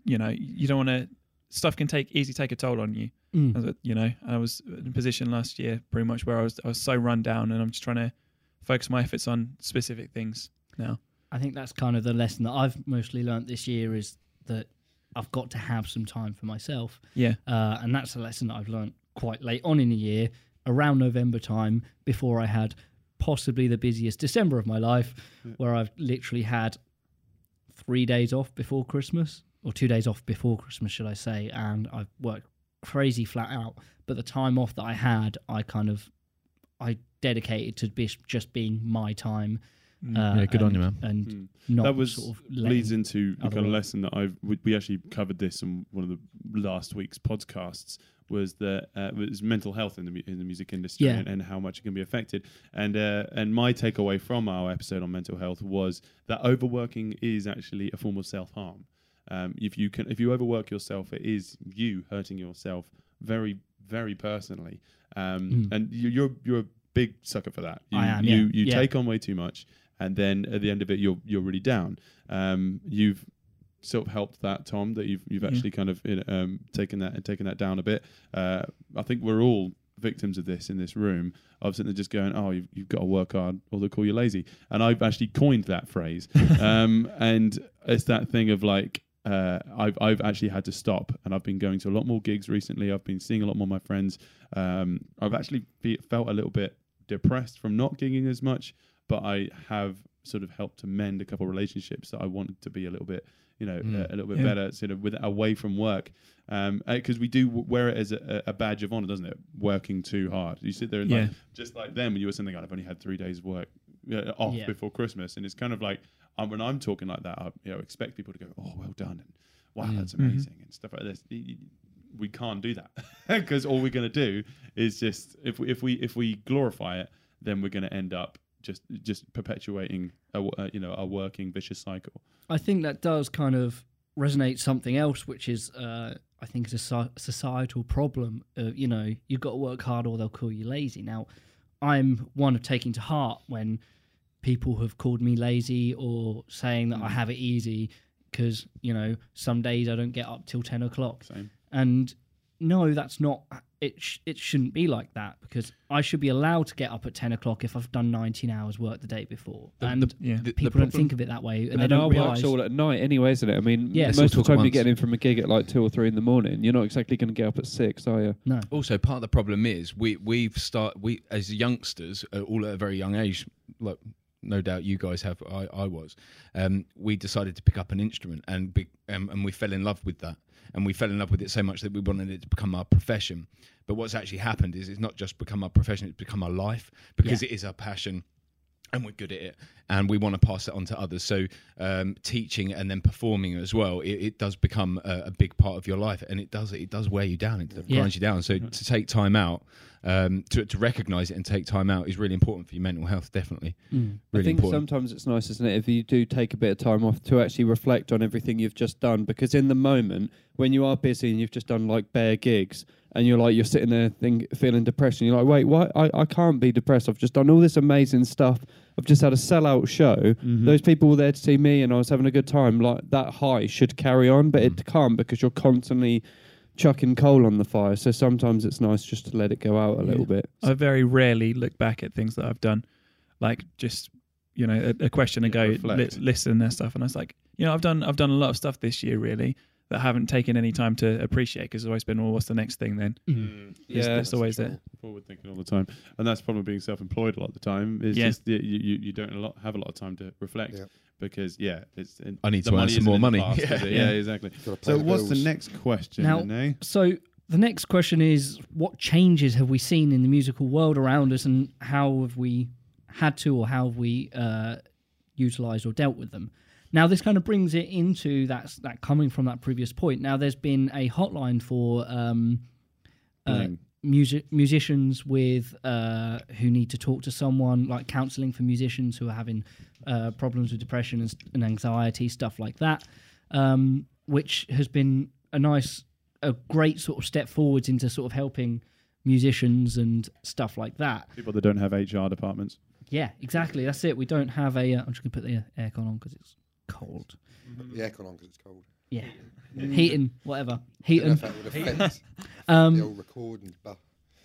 you know, you don't want to, stuff can take, easy take a toll on you. Mm. I was, you know, I was in a position last year pretty much where I was, I was so run down and I'm just trying to focus my efforts on specific things now. I think that's kind of the lesson that I've mostly learnt this year is that I've got to have some time for myself. Yeah. Uh, and that's a lesson that I've learnt quite late on in the year, around November time, before I had possibly the busiest December of my life, where I've literally had three days off before Christmas, or two days off before Christmas, should I say. And I've worked crazy flat out. But the time off that I had, I kind of I dedicated to be, just being my time. Uh, Yeah, good on and- you, man. And not Mm. Hmm. that was sort of letting- leads into the other kind of way. lesson that I've we, we actually covered this in one of the last week's podcasts was that uh, was mental health in the mu- in the music industry Yeah. and, and how much it can be affected and uh, and my takeaway from our episode on mental health was that overworking is actually a form of self harm. Um, if you can if you overwork yourself, it is you hurting yourself very very personally. Um, And you, you're you're a big sucker for that. You, Mm. I am, You yeah. you Yeah. take on way too much, and then at the end of it, you're you're really down. Um, you've sort of helped that, Tom, that you've you've actually kind of you know, um, taken that and taken that down a bit. Uh, I think we're all victims of this in this room of something just going, oh, you've, you've got to work hard, or they'll call you lazy. And I've actually coined that phrase, um, and it's that thing of like. Uh, I've I've actually had to stop, and I've been going to a lot more gigs recently. I've been seeing a lot more of my friends. Um, I've actually fe felt a little bit depressed from not gigging as much, but I have sort of helped to mend a couple of relationships that I wanted to be a little bit, you know, a, a little bit Mm. Yeah. better, sort of with away from work, because we do w- wear it as a, a badge of honor, doesn't it? Working too hard. You sit there and like, Yeah. just like them when you were saying, "God, I've only had three days work uh, off Yeah. before Christmas, and it's kind of like um, when I'm talking like that, I you know, expect people to go, "Oh, well done," and "Wow, that's Mm-hmm. amazing," and stuff like this. Y- y- We can't do that *laughs* because all we're going to do is just if we if we if we glorify it, then we're going to end up just just perpetuating a, w- uh, you know a working vicious cycle. I think that does kind of resonate something else, which is uh, I think is a so- societal problem. Uh, you know, you've got to work hard or they'll call you lazy. Now, I'm one of taking to heart when people have called me lazy or saying Mm. that I have it easy because you know some days I don't get up till ten o'clock. Same. And no, that's not. It sh- it shouldn't be like that because I should be allowed to get up at ten o'clock if I've done nineteen hours work the day before. and Yeah. The- the people don't problem- think of it that way, and, And they don't our realize. work's all at night anyway, isn't it? I mean, Yeah. most We'll of the talk time at you're getting in once. from a gig at like two or three in the morning. You're not exactly going to get up at six, are you? no, Also, part of the problem is we we've start we as youngsters, uh, all at a very young age, like no doubt you guys have. I, I was. Um, we decided to pick up an instrument, and be, um, and we fell in love with that, and we fell in love with it so much that we wanted it to become our profession. But what's actually happened is it's not just become our profession; it's become our life because it is our passion and we're good at it and we want to pass that on to others so um, teaching and then performing as well it, it does become a, a big part of your life and it does it does wear you down it Yeah. grinds you down so to take time out um, to, to recognize it and take time out is really important for your mental health definitely I really think important sometimes it's nice, isn't it, if you do take a bit of time off to actually reflect on everything you've just done. Because in the moment, when you are busy and you've just done like bare gigs, and you're like you're sitting there think, feeling depression, you're like, wait, why? I, I can't be depressed. I've just done all this amazing stuff. I've just had a sellout show. Those people were there to see me, and I was having a good time. Like that high should carry on, but it can't because you're constantly chucking coal on the fire. So sometimes it's nice just to let it go out a little bit. I very rarely look back at things that I've done, like just you know a, a question and Yeah, go li- reflect. listen and stuff. And I was like, you know, I've done I've done a lot of stuff this year really that haven't taken any time to appreciate because it's always been, well, what's the next thing then? It's, Yeah. it's always there. Forward thinking all the time, and that's the problem with being self-employed a lot of the time. Is Yeah. just that you, you you don't a lot, have a lot of time to reflect Yeah. because yeah, it's and I need the to earn money some isn't more in the money. past, is *laughs* Yeah. it? Yeah. yeah, exactly. Gotta pay So the what's the bills. next question, Now- Renee? So the next question is what changes have we seen in the musical world around us and how have we had to or how have we uh, utilized or dealt with them? Now this kind of brings it into that that coming from that previous point. Now there's been a hotline for um, uh, Bling. music musicians with uh, who need to talk to someone, like counselling for musicians who are having uh, problems with depression and, and anxiety, stuff like that, um, which has been a nice, a great sort of step forwards into sort of helping musicians and stuff like that. People that don't have HR departments. Yeah, exactly. That's it. We don't have a. Uh, I'm just gonna put the uh, aircon on because it's cold. The aircon on because it's cold. Yeah, heating, whatever, I don't heating. know if that *laughs* would affect the Um, old recording stuff.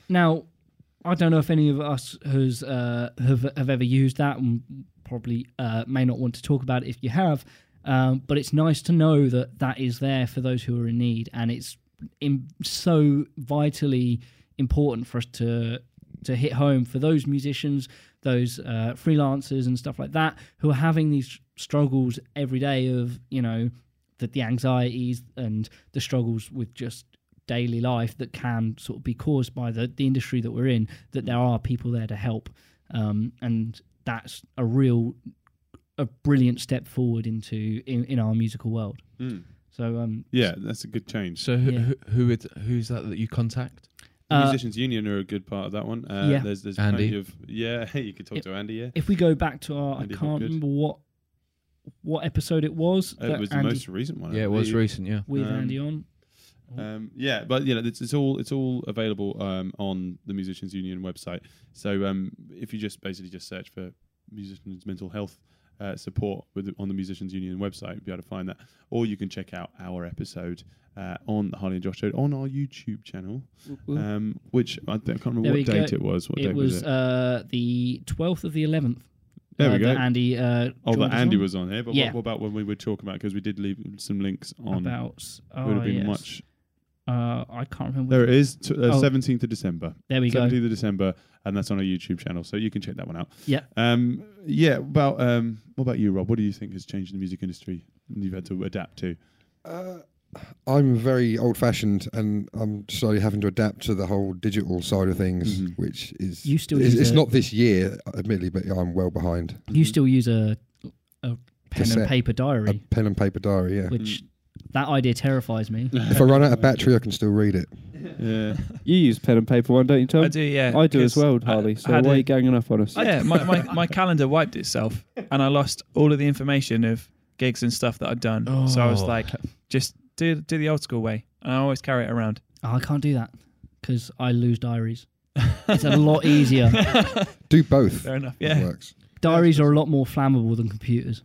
now, I don't know if any of us has uh, have have ever used that, and probably uh, may not want to talk about it if you have. Um, but it's nice to know that that is there for those who are in need, and it's in, so vitally important for us to to hit home for those musicians, those uh, freelancers, and stuff like that who are having these struggles every day of you know the, the anxieties and the struggles with just daily life that can sort of be caused by the, the industry that we're in. That there are people there to help, um, and that's a real a brilliant step forward into in, in our musical world. Hmm. So um, Yeah, that's a good change. So who, Yeah. who, who it, who's that that you contact? The uh, Musicians Union are a good part of that one. Uh, Yeah. there's there's Andy. plenty of yeah. *laughs* You could talk Yep. to Andy. Yeah, if we go back to our, Andy I can't Hopgood. remember what what episode it was. Uh, it that was Andy- the most recent one. I Uh, Yeah, it was believe. recent. Yeah. with um, Andy on. Um, yeah, but you know, it's, it's all it's all available um, on the Musicians Union website. So um, if you just basically just search for musicians mental health uh, support with on the Musicians Union website, you'll be able to find that. Or you can check out our episode uh, on the Harley and Josh show on our YouTube channel, um, which I, don't- I can't remember There what we go. date it was. What It date was was it? uh, the twelfth of the eleventh. There uh, we go. That Andy. Uh, oh, joined that us Andy on. was on here. But Yeah. what, what about when we were talking about because we did leave some links on. about. it Oh, would have been yes. much. Uh, I can't remember. There it is, t- uh, Oh. 17th of December. There we go. 17th of December, and that's on our YouTube channel, so you can check that one out. Yeah. Um, yeah. About um, what about you, Rob? What do you think has changed in the music industry? and You've had to adapt to. Uh, I'm very old fashioned and I'm slowly having to adapt to the whole digital side of things, Mhm. which is. Mm-hmm. You still it's, use it's a- not this year, admittedly, but I'm well behind. You still use a a pen and Cassette. paper A diary, pen and paper diary, Uh, yeah. which mm. that idea terrifies *laughs* me. if I run out of battery, I can still read it. Yeah. You use pen and paper one, don't you, Tom? I do, yeah. I do as because well, I- Harley. I So had why a- are you ganging up on us? *laughs* yeah, my, my, my calendar wiped itself and I lost all of the information of gigs and stuff that I'd done. So I was Oh. like, just do do the old school way. And I always carry it around. Oh, I can't do that because I lose diaries. It's a lot *laughs* easier. Do both. Fair enough. It Yeah. works. Diaries are a lot more flammable than computers.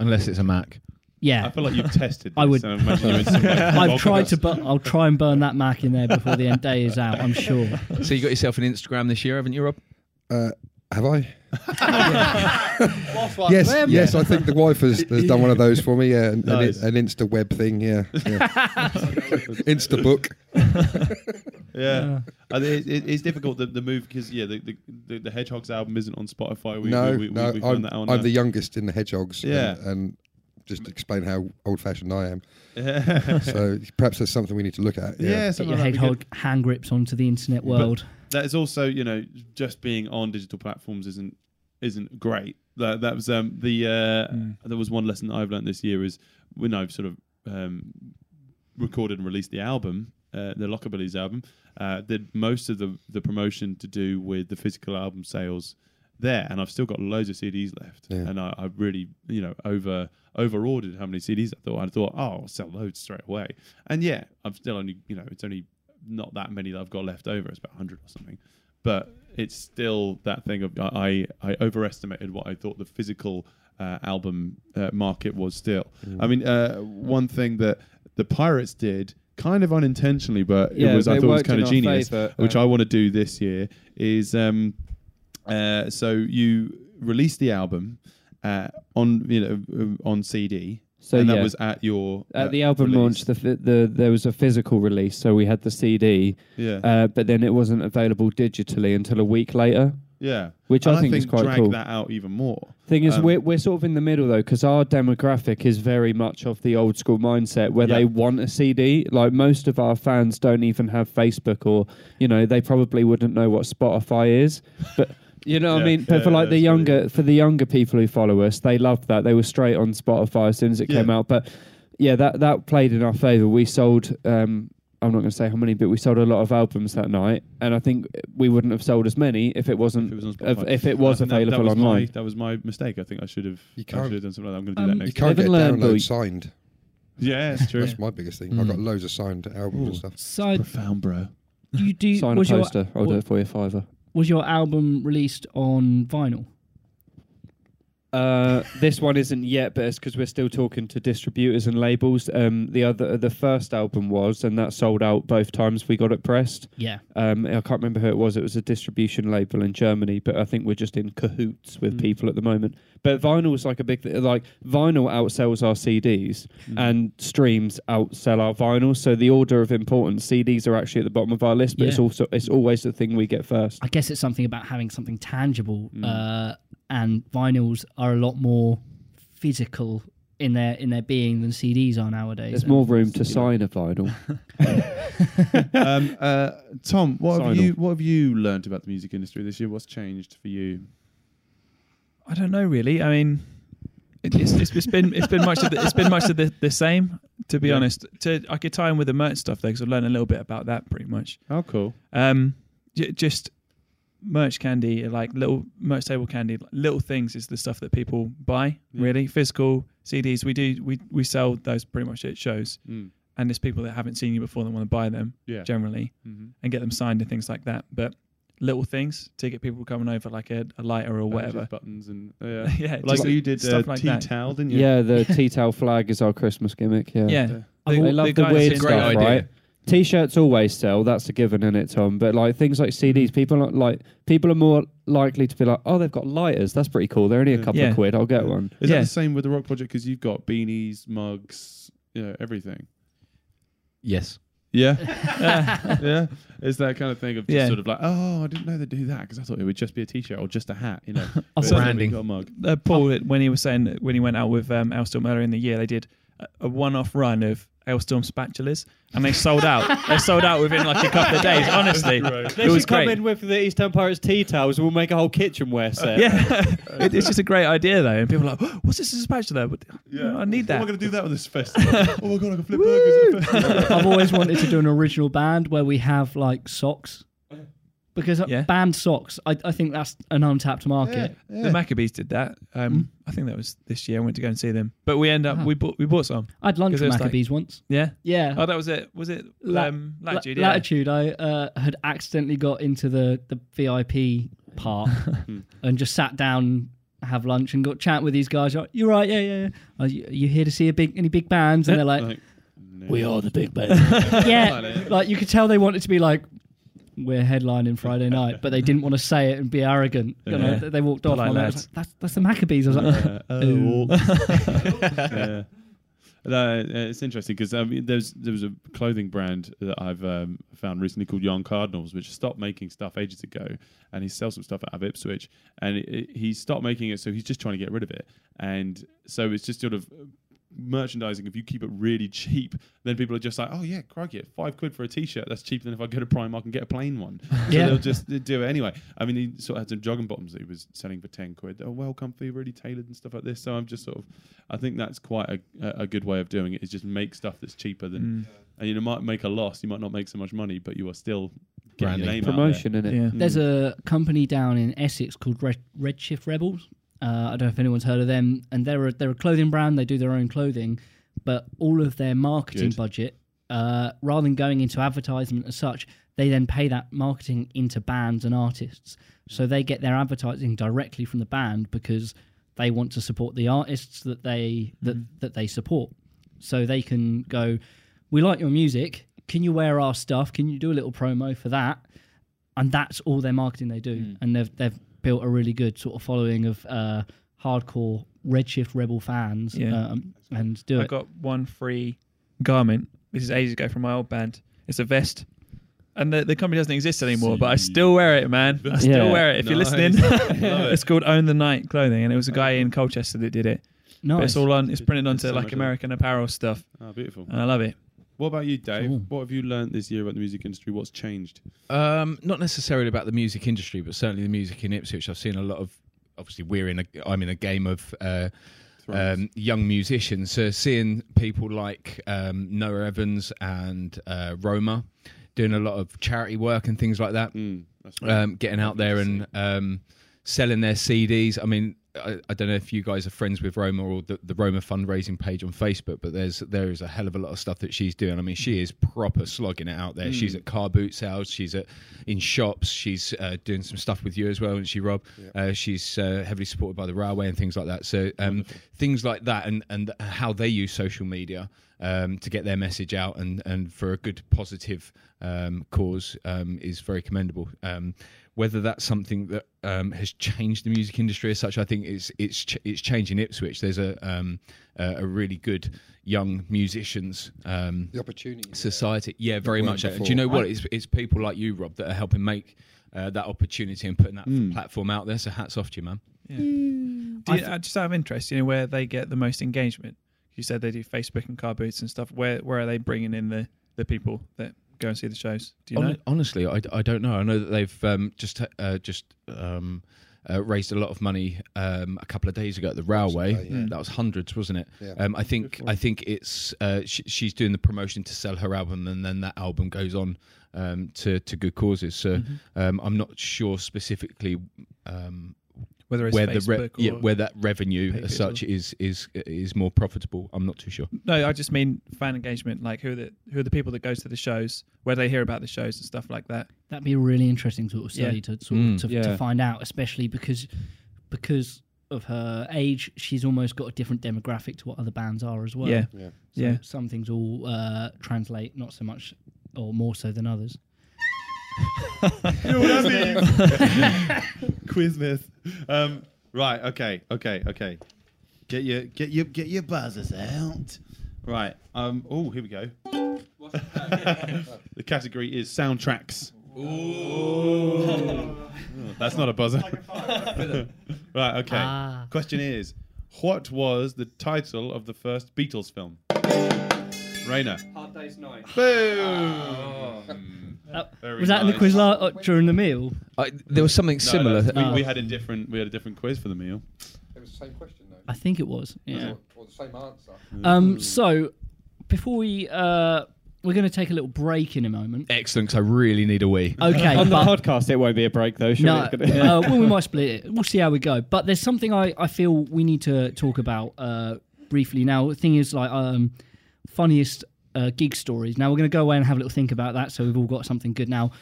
Unless it's a Mac. *laughs* I Yeah, feel like you've tested. This, I would- and I *laughs* imagine you're in some, like, I've tried podcast. to, but I'll try and burn that Mac in there before the end day is out. I'm *laughs* sure. So you got yourself an Instagram this year, haven't you, Rob? Uh, have I? *laughs* yes, yes. I think the wife has, has done one of those for me. Yeah, an, an- Nice. an, Insta web thing. Yeah, yeah. Insta book. Yeah. I think it, it, it's difficult the, the move because yeah, the, the the the Hedgehog's album isn't on Spotify. We, no, we, we, no. we found I'm, that on. I'm the youngest in the hedgehogs. and- Yeah. and, just to explain how old-fashioned I am. yeah. So perhaps there's something we need to look at. Yeah. Get your something like that would be good. hedgehog hand grips onto the internet world. that is also you know just being on digital platforms isn't isn't great that that was um the uh there was one lesson that i've learned this year is when i've sort of um recorded and released the album uh, the lockabilities album uh did most of the the promotion to do with the physical album sales there and i've still got loads of cds left Yeah. and I, I really you know over over ordered how many cds i thought i thought oh i'll sell loads straight away and yeah i'm still only you know it's only not that many that I've got left over. It's about 100 or something. But it's still that thing of I, I overestimated what I thought the physical uh, album uh, market was still. Mm. I mean, uh, one thing that the Pirates did, kind of unintentionally, but it Yeah, was I it thought it was worked kind in of our genius, favour, which uh, I want to do this year, is um, uh, so you release the album uh, on you know on CD and So yeah, that was at your uh, at the album launch, the, fi- the there was a physical release, so we had the CD, Yeah, uh, but then it wasn't available digitally until a week later. yeah. which I And think is quite drag cool. that out even more. Thing is, Um, we're, we're sort of in the middle though, because our demographic is very much of the old school mindset where Yeah. they want a CD. Like most of our fans don't even have Facebook, or you know, they probably wouldn't know what Spotify is. *laughs* But you know, what I Yeah, mean, but for yeah, like the yeah, younger for the younger people who follow us, they loved that. They were straight on Spotify as soon as it came Yeah. out. But yeah, that that played in our favor. We sold. Um, I'm not going to say how many, but we sold a lot of albums that night, and I think we wouldn't have sold as many if it wasn't If it was, on if, Spotify. if it was And I think that- available that was online. My, that was my mistake. I think I should have. You I can't- should have done something like that. I'm going to Um, do that You next. can't Live get and learn, boy. downloads signed. Yeah, it's true. That's my biggest thing. I've Hmm. got loads of signed albums and stuff. Side, Profound, bro. do you, do you, Sign a was, your, poster. I'll do wa- it for you, fiver. was your album released on vinyl? Uh, this one isn't yet, but it's because we're still talking to distributors and labels. Um, the other, the first album was, and that sold out both times we got it pressed. Yeah. Um, I can't remember who it was. It was a distribution label in Germany, but I think we're just in cahoots Hmm. with people at the moment. But vinyl is like a big thing. Like vinyl outsells our CDs, Hmm. and streams outsell our vinyl. So the order of importance, CDs are actually at the bottom of our list, but it's Yeah. also it's always the thing we get first. I guess it's something about having something tangible, uh, and vinyls are a lot more physical in their in their being than CDs are nowadays. There's And- more room to sign a vinyl. *laughs* um, uh, Tom, what have Signal. you what have you learnt about the music industry this year? What's changed for you? I don't know really. I mean, it, it's, it's, it's been it's been much of the, it's been much of the, the same. To be Yeah. honest, to I could tie in with the merch stuff though, because I've learned a little bit about that pretty much. Oh, cool. Um, j- just merch candy, like little merch table candy, like little things is the stuff that people buy. Yeah. Really, physical CDs. We do we we sell those pretty much at shows, Mm. and there's people that haven't seen you before that want to buy them Yeah. generally Mhm. and get them signed and things like that. But little things to get people coming over, like a, a lighter or Badges, whatever. *laughs* buttons and yeah. yeah, Like just you did uh, stuff like tea that. towel, didn't you? Yeah, the tea towel flag is our Christmas gimmick. Yeah. Yeah. Yeah. I They love the guys weird in- It's a great stuff, idea. right? T-shirts always sell. That's a given, in it, Tom? But like things like CDs, people are like people are more likely to be like, oh, they've got lighters. That's pretty cool. They're only a couple Yeah. of quid. I'll get one. Is that Yeah. the same with the rock project? Because you've got beanies, mugs, you know, everything. Yes. *laughs* Yeah, yeah. It's that kind of thing of just Yeah. sort of like, oh, I didn't know they do that because I thought it would just be a t-shirt or just a hat, you know. But saw- it's Branding. got a mug. uh, Paul, when he was saying that when he went out with um, Elstorm earlier in the year, they did a, a one-off run of Elstorm spatulas, and they sold out. they sold out within like a couple of days. Honestly, it was come great. in with the Eastern Pirates tea towels. We'll make a whole kitchenware set. Yeah, *laughs* It- it's just a great idea though, and people are like, "Oh, "What's this spatula? What- I need What am I that." going to do that with this *laughs* festival? oh my god, I can flip burgers. At a festival. I've always wanted to do an original band where we have like socks. Because uh, Yeah. band socks, I, I think that's an untapped market. The Maccabees did that. Um, I think that was this year. I went to go and see them, but we end up we bought we bought some. I had lunch 'Cause at it was like- Maccabees once. Yeah. Yeah. Oh, that was it. Was it Ah. La- um, La- latitude? yeah. Latitude, I uh, had accidentally got into the, the VIP *laughs* part Hmm. and just sat down, have lunch, and got chat with these guys. Like, You're right, yeah, yeah. yeah. Are you, are you here to see a big any big bands? And they're like, Like, we are the big *laughs* band. *laughs* yeah, like you could tell they wanted to be like, we're headlining Friday night, but they didn't want to say it and be arrogant. You know, Yeah. they- they walked off. Polite and I was lads. like, that's that's the Maccabees. I was like, *laughs* uh, *laughs* oh, walk. yeah. No, uh, it's interesting because I mean, there's there was a clothing brand that I've um, found recently called Yarn Cardinals, which stopped making stuff ages ago, and he sells some stuff out of Ipswich, and it, it- he stopped making it, so he's just trying to get rid of it, and so it's just sort of uh, merchandising. If you keep it really cheap, then people are just like, oh yeah, crikey, five quid for a t-shirt, that's cheaper than if I go to Primark and get a plain one. So Yeah. they'll just do it anyway. I mean, he sort of had some jogging bottoms that he was selling for ten quid. They're well comfy, really tailored and stuff like this. So I'm just sort of, I think that's quite a, a good way of doing it. Is just make stuff that's cheaper than, and you know, might make a loss. You might not make so much money, but you are still getting Branding. your name Promotion in it. Yeah. There's a company down in Essex called Red, Redshift Rebels. Uh, I don't know if anyone's heard of them, and they're a, they're a clothing brand. They do their own clothing, but all of their marketing Good. budget, uh, rather than going into advertisement as such, they then pay that marketing into bands and artists. So they get their advertising directly from the band because they want to support the artists that they that, that they support. So they can go, we like your music. Can you wear our stuff? Can you do a little promo for that? Mm. and that's all their marketing they do, and they've they've built a really good sort of following of uh, hardcore Redshift Rebel fans Yeah. um, and do I it. got one free garment. This is ages ago from my old band. It's a vest. And the, the company doesn't exist anymore, but I still wear it, man. I still Yeah. wear it. If you're Nice. listening, *laughs* it. it's called Own the Night Clothing, and it was a guy in Colchester that did it. No, But it's all on. It's printed There's so onto much like of it. American apparel stuff, Oh, beautiful. and I love it. What about you, Dave? Cool. What have you learnt this year about the music industry? What's changed? Um, not necessarily about the music industry, but certainly the music in Ipswich. I've seen a lot of. Obviously, we're in a. I'm in a game of uh, Thrives. um, young musicians. So seeing people like um, Noah Evans and uh, Roma doing a lot of charity work and things like that, Mm, that's right. um, getting out there and um, selling their CDs. I mean, I, I don't know if you guys are friends with Roma or the, the Roma fundraising page on Facebook, but there's there is a hell of a lot of stuff that she's doing. I mean, she is proper slogging it out there. She's at car boot sales. She's at in shops. She's uh, doing some stuff with you as well, isn't she, Rob? Uh, she's uh, heavily supported by the railway and things like that. So um, things like that, and and how they use social media um, to get their message out and, and for a good positive um, cause um, is very commendable. Um, whether that's something that um, has changed the music industry as such, I think it's it's ch- it's changing Ipswich. There's a um, a a really good young musicians um, The opportunity. society. Yeah, very weren't much. Do you before. know what? It's it's people like you, Rob, that are helping make. Uh, that opportunity and putting that platform out there. So hats off to you, man. Do you, uh, just out of interest, you know where they get the most engagement? You said they do Facebook and car boots and stuff. Where where are they bringing in the, the people that go and see the shows? Do you know? Hon- Honestly, I, I don't know. I know that they've um, just uh, just um, uh, raised a lot of money um, a couple of days ago at the railway. yeah. That was hundreds, wasn't it? Yeah. Um, I think I think it's uh, sh- she's doing the promotion to sell her album, and then that album goes on um, to to good causes. So um, I'm not sure specifically um, Whether it's where the Facebook re- yeah, or where that revenue Pages as such or- is is is more profitable. I'm not too sure. No, I just mean fan engagement. Like who are the who are the people that goes to the shows? Where they hear about the shows and stuff like that. That'd be a really interesting sort of study Yeah. to sort Mm. of, to, Yeah. to find out, especially because because of her age, she's almost got a different demographic to what other bands are as well. Yeah. Yeah. So Yeah. some things all uh, translate not so much or more so than others. *laughs* Quiz myth. Um, right. Okay. Okay. Okay. Get your get your get your buzzers out. Right. Um. Oh, here we go. *laughs* the category is soundtracks. *laughs* Ooh. That's not a buzzer. *laughs* right. Okay. Ah. Question is, what was the title of the first Beatles film? Rainer. Hard Day's Night. Very Oh, Was that in the nice. quiz la- uh, during the meal? I, there was something No, similar. that's- Oh. we, we had a different we had a different quiz for the meal. It was the same question, though. I think it was. Yeah. Or, or the same answer. Mm. Hmm. Um, so before we uh, we're going to take a little break in a moment. Excellent. 'cause I really need a wee. Okay. On the but- podcast, it won't be a break though. Surely no, it's *laughs* gonna- uh, well, we might split it. We'll see how we go. But there's something I, I feel we need to talk about uh, briefly. Now, the thing is, like, um, funniest uh, gig stories. Now, we're going to go away and have a little think about that. So we've all got something good now.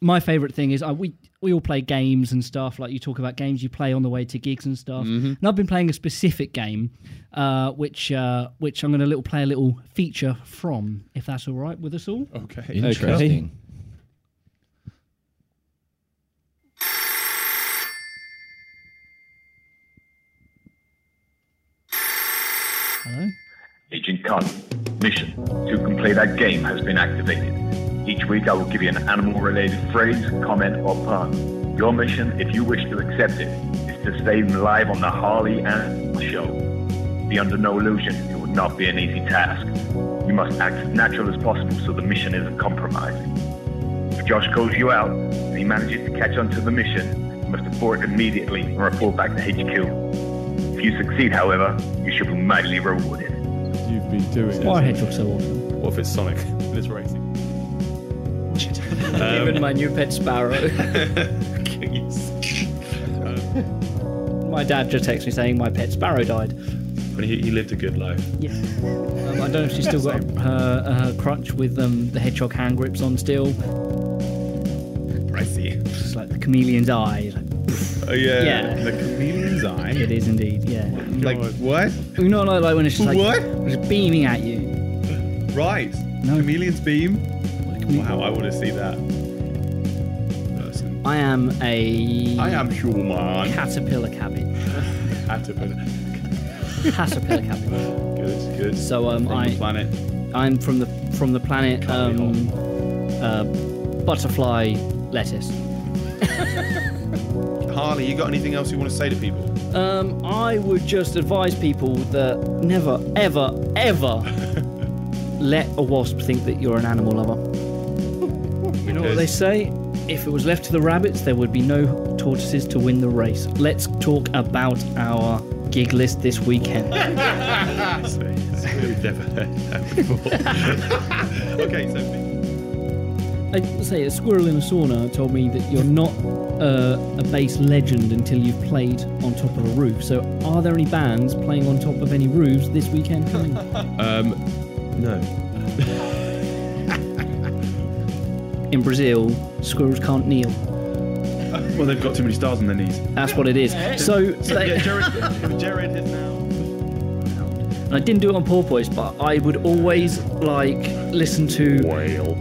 My favorite thing is uh, we we all play games and stuff. Like you talk about games you play on the way to gigs and stuff. And I've been playing a specific game, uh, which uh, which I'm going to little play a little feature from, if that's all right with us all. Okay. Interesting. Hello. Agent Carter, mission to complete that game has been activated. Each week I will give you an animal related phrase, comment, or pun. Your mission, if you wish to accept it, is to stay live on the Harley Animal Show. Be under no illusion, it would not be an easy task. You must act as natural as possible so the mission isn't compromised. If Josh calls you out and he manages to catch on to the mission, you must abort immediately and report back to HQ. If you succeed, however, you should be mightily rewarded. You've been doing Why are hedgehogs so awful? What if it's Sonic? *laughs* It's racing. Even my new pet sparrow. my dad just texted me saying my pet sparrow died. But he, he lived a good life. Yeah. Um, I don't know if she's still got her, uh, her crutch with um, the hedgehog hand grips on still. Pricey. It's like the chameleon's eye. Like, Oh yeah. Yeah. The chameleon's eye. it is indeed, yeah. Like what? You know, like, like when it's just like What? it's beaming at you. Right. No. Chameleon's beam. Chame- Wow, I want to see that. Person. I am a I am human. *laughs* caterpillar cabbage. Caterpillar. Caterpillar capital. Good, good. So um, From the I planet. I'm from the from the planet be um, uh, butterfly lettuce. Harley, you got anything else you want to say to people? Um, I would just advise people that never, ever, ever let a wasp think that you're an animal lover. You know what they say? If it was left to the rabbits, there would be no tortoises to win the race. Let's talk about our gig list this weekend. It's really never heard that before. okay, so I say a squirrel in a sauna told me that you're not uh, a bass legend until you've played on top of a roof. So, are there any bands playing on top of any roofs this weekend coming? *laughs* no. In Brazil, squirrels can't kneel. Well, they've got too many stars on their knees. That's what it is. So, Yeah, *laughs* they, Jared, Jared is now. and I didn't do it on Porpoise, but I would always like listen to *laughs* Whale.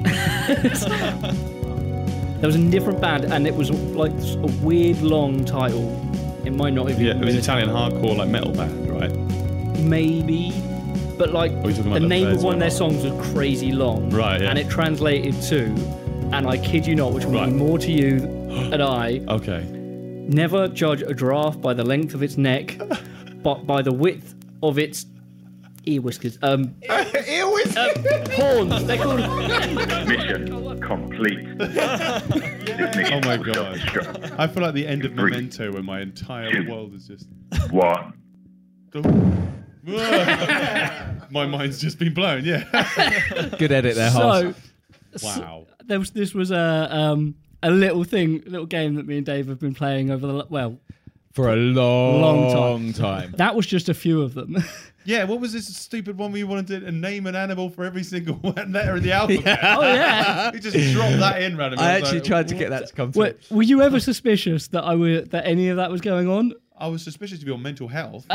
There was a different band, and it was like a weird long title. It might not have Yeah, even it was been an Italian hardcore like metal band, right? maybe, but like Oh, you're talking the about the name of birds one of one? their songs was crazy long, Right, yeah. And it translated to, and I kid you not, which will Right. mean more to you and I. Okay. Never judge a giraffe by the length of its neck, but by the width of its ear whiskers. Um, *laughs* ear um, whiskers. horns. They're called. Mission complete. This mission Oh *laughs* my will God. self-destruct. I feel like the end of Three. Memento, where my entire world is just. One. my mind's just been blown. Yeah. *laughs* Good edit there, so, Hans. Wow. there was this was a um, a little thing, little game that me and Dave have been playing over the l- well. For a long, Long long time. That was just a few of them. Yeah. What was this stupid one we wanted to name an animal for every single *laughs* one letter in the alphabet? oh yeah. *laughs* We just dropped that in randomly. I was actually like, tried to get that to come *laughs* to. Were, were you ever suspicious that I were that any of that was going on? I was suspicious of your mental health.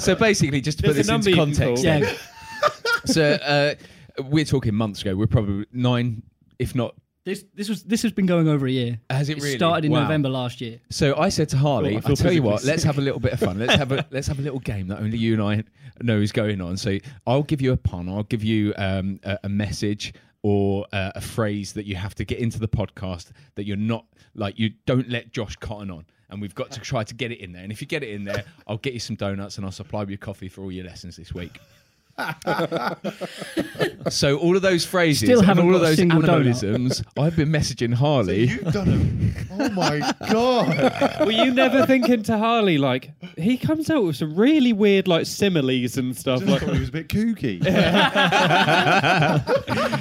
So basically, just to put There's this a number into you can context, call. Yeah. so uh, we're talking months ago. We're probably nine, if not. This this was this has been going over a year. Has it It really? started in Wow. November last year. So I said to Harley, Oh, I I feel will tell you physically what, let's have a little bit of fun. Let's *laughs* have a let's have a little game that only you and I know is going on. So I'll give you a pun. I'll give you um, a, a message or uh, a phrase that you have to get into the podcast that you're not like you don't let Josh Cotton on. And we've got to try to get it in there. And if you get it in there, I'll get you some donuts and I'll supply you coffee for all your lessons this *laughs* week. so all of those phrases Still and haven't all got of a those single donut. anonymisms, I've been *laughs* messaging Harley. You've done *laughs* him. Oh my god. Were you never thinking to Harley like he comes out with some really weird like similes and stuff? I Like, thought he was a bit kooky.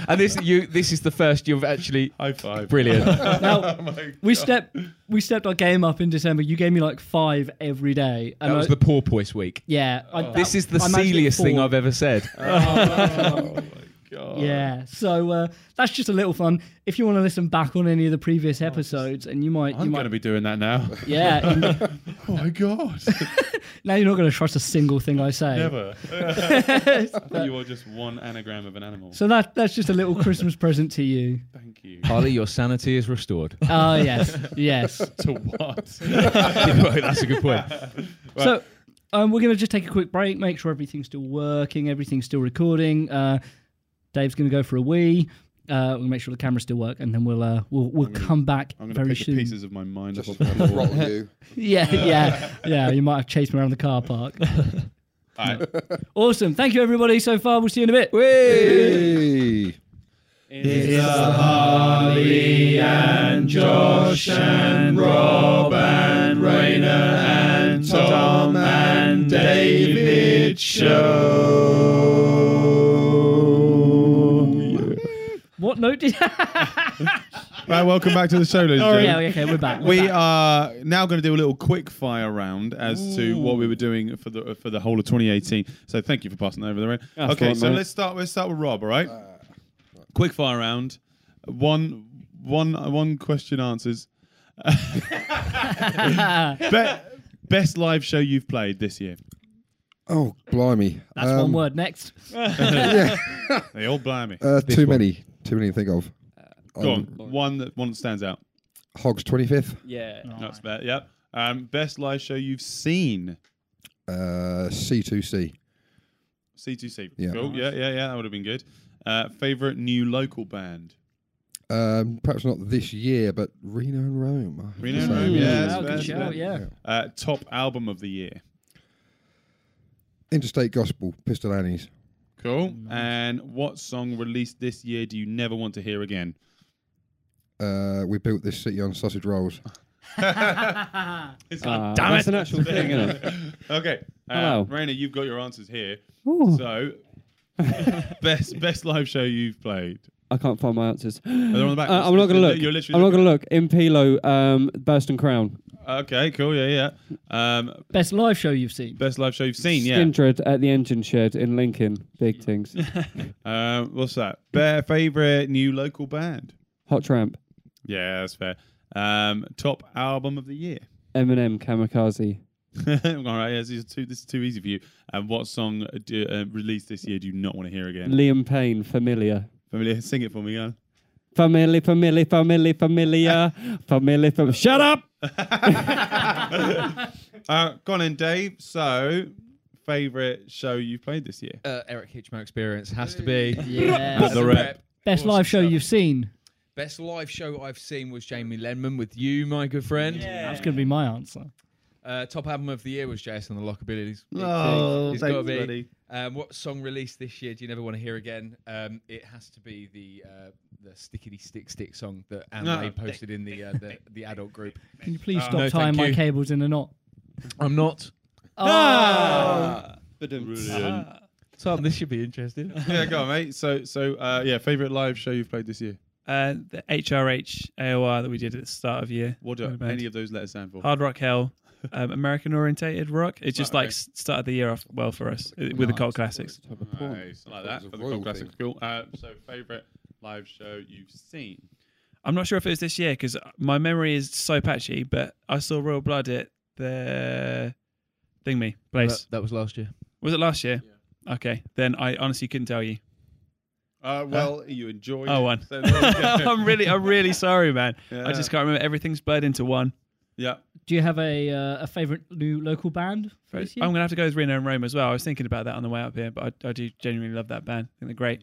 and this you this is the first you've actually High five. *laughs* Brilliant. Now we stepped we stepped our game up in December. You gave me like five every day. And that was I- the porpoise week. yeah. I- that- This is the I managed to get sealiest thing four. I've ever *laughs* said. God. Yeah, so uh, that's just a little fun. If you want to listen back on any of the previous Oh, episodes, and you might, you I'm might, going to be doing that now. *laughs* yeah. you- *laughs* Oh my god. *laughs* now you're not going to trust a single thing I say. *laughs* *laughs* Never. you are just one anagram of an animal. So that that's just a little Christmas present to you. Thank you. Harley, your sanity is restored. Oh *laughs* yes, yes. *laughs* to what? That's a good point. So um, we're going to just take a quick break, make sure everything's still working, everything's still recording. Uh, Dave's going to go for a wee. Uh, we'll make sure the cameras still work, and then we'll uh, we'll we'll come back I'm going to very pick the soon. pieces of my mind up Just *laughs* off the wall. throttle you. Yeah, yeah, yeah. You might have chased me around the car *laughs* park. Awesome. Thank you, everybody. So far, we'll see you in a bit. Hey. What *laughs* note did? *laughs* Right, welcome back to the show, *laughs* ladies. and yeah, gentlemen. okay, we're back. We're We back. are now going to do a little quick fire round as to what we were doing for the for the whole of 2018. So thank you for passing that over the round. okay, fine, so mate. let's start. Let's start with Rob. All right. quick fire round. One one one question *laughs* answers. Be- best live show you've played this year. Oh, blimey. Um, That's one word. Next. *laughs* They all blame me. Uh, too many. Too many to think of. Go on. One that one that stands out. Hogs 25th. yeah. Oh, That's bad. Yep. Um, best live show you've seen? Uh, C2C. C2C. Yeah. Cool. Yeah, yeah, yeah. That would have been good. Uh, favorite new local band? Um, perhaps not this year, but Reno and Rome. Reno and So, Rome. Yeah, that's wow, fair, good that's shout, fair. yeah. Uh, top album of the year. Interstate Gospel, Pistol Annies. Cool. And what song released this year do you never want to hear again? Uh, we built this city on sausage rolls. Uh, Damn that's an actual thing, isn't it? Okay. Uh, Hello. Raina, you've got your answers here. So, *laughs* best best live show you've played. I can't find my answers. Are they on the back? *gasps* Uh, I'm not going to look. You're I'm literally not going to look. In Pilo, um, Burst and Crown, Okay, cool. Yeah, yeah. Um, Best live show you've seen. best live show you've seen. Yeah. Skindred at the engine shed in Lincoln. *laughs* Big things. Um, what's that? Bear favorite new local band. Hot Tramp, Yeah, that's fair. Um, top album of the year. Eminem, Kamikaze. *laughs* All right, yeah, this is too this is too easy for you. And what song do, uh, released this year do you not want to hear again? Liam Payne, Familiar. Familiar, sing it for me, yeah. Family, family, *laughs* family, familiar, family, fam- Shut up! Uh, go on then, Dave. So, favorite show you've played this year? Uh, Eric Hitchmer experience has to be Yeah. the rep. Best live show you've seen. Best live show I've seen was Jamie Lenman with you, my good friend. That's going to be my answer. Uh, top album of the year was Jason and the Lockabilities. Oh, It's thanks, gotta be. buddy. Um, what song released this year do you never want to hear again? Um, it has to be the uh, the Stickity Stick Stick song that Anne No. May posted in the, uh, *laughs* the the adult group. Can you Uh, please stop no, tying thank my you. cables in a knot? I'm not. Ah! Um, *laughs* Brilliant. Tom, this should be interesting. *laughs* yeah, go on, mate. So, so uh, yeah, favorite live show you've played this year? Uh, the HRH AOR that we did at the start of year. What do Not bad. any of those letters stand for? Hard *laughs* Rock Hell, um, American orientated rock. It just Right, like okay. s- started the year off well for us uh, with the cult classics. Nice, like that. That was a For the royal cool classic. thing. Cool. Uh, so, favorite live show you've seen? I'm not sure if it was this year because my memory is so patchy, but I saw Royal Blood at the Thing Me place. That, that was last year. Was it last year? Okay, then I honestly couldn't *laughs* tell you. *laughs* Uh, well, you enjoyed. Oh, it. one. So there *laughs* you go. I'm really, I'm really sorry, man. Yeah. I just can't remember. Everything's blurred into one. yeah. Do you have a uh, a favorite new local band for this year? I'm gonna have to go with Reno and Rome as well. I was thinking about that on the way up here, but I, I do genuinely love that band. I think they're great.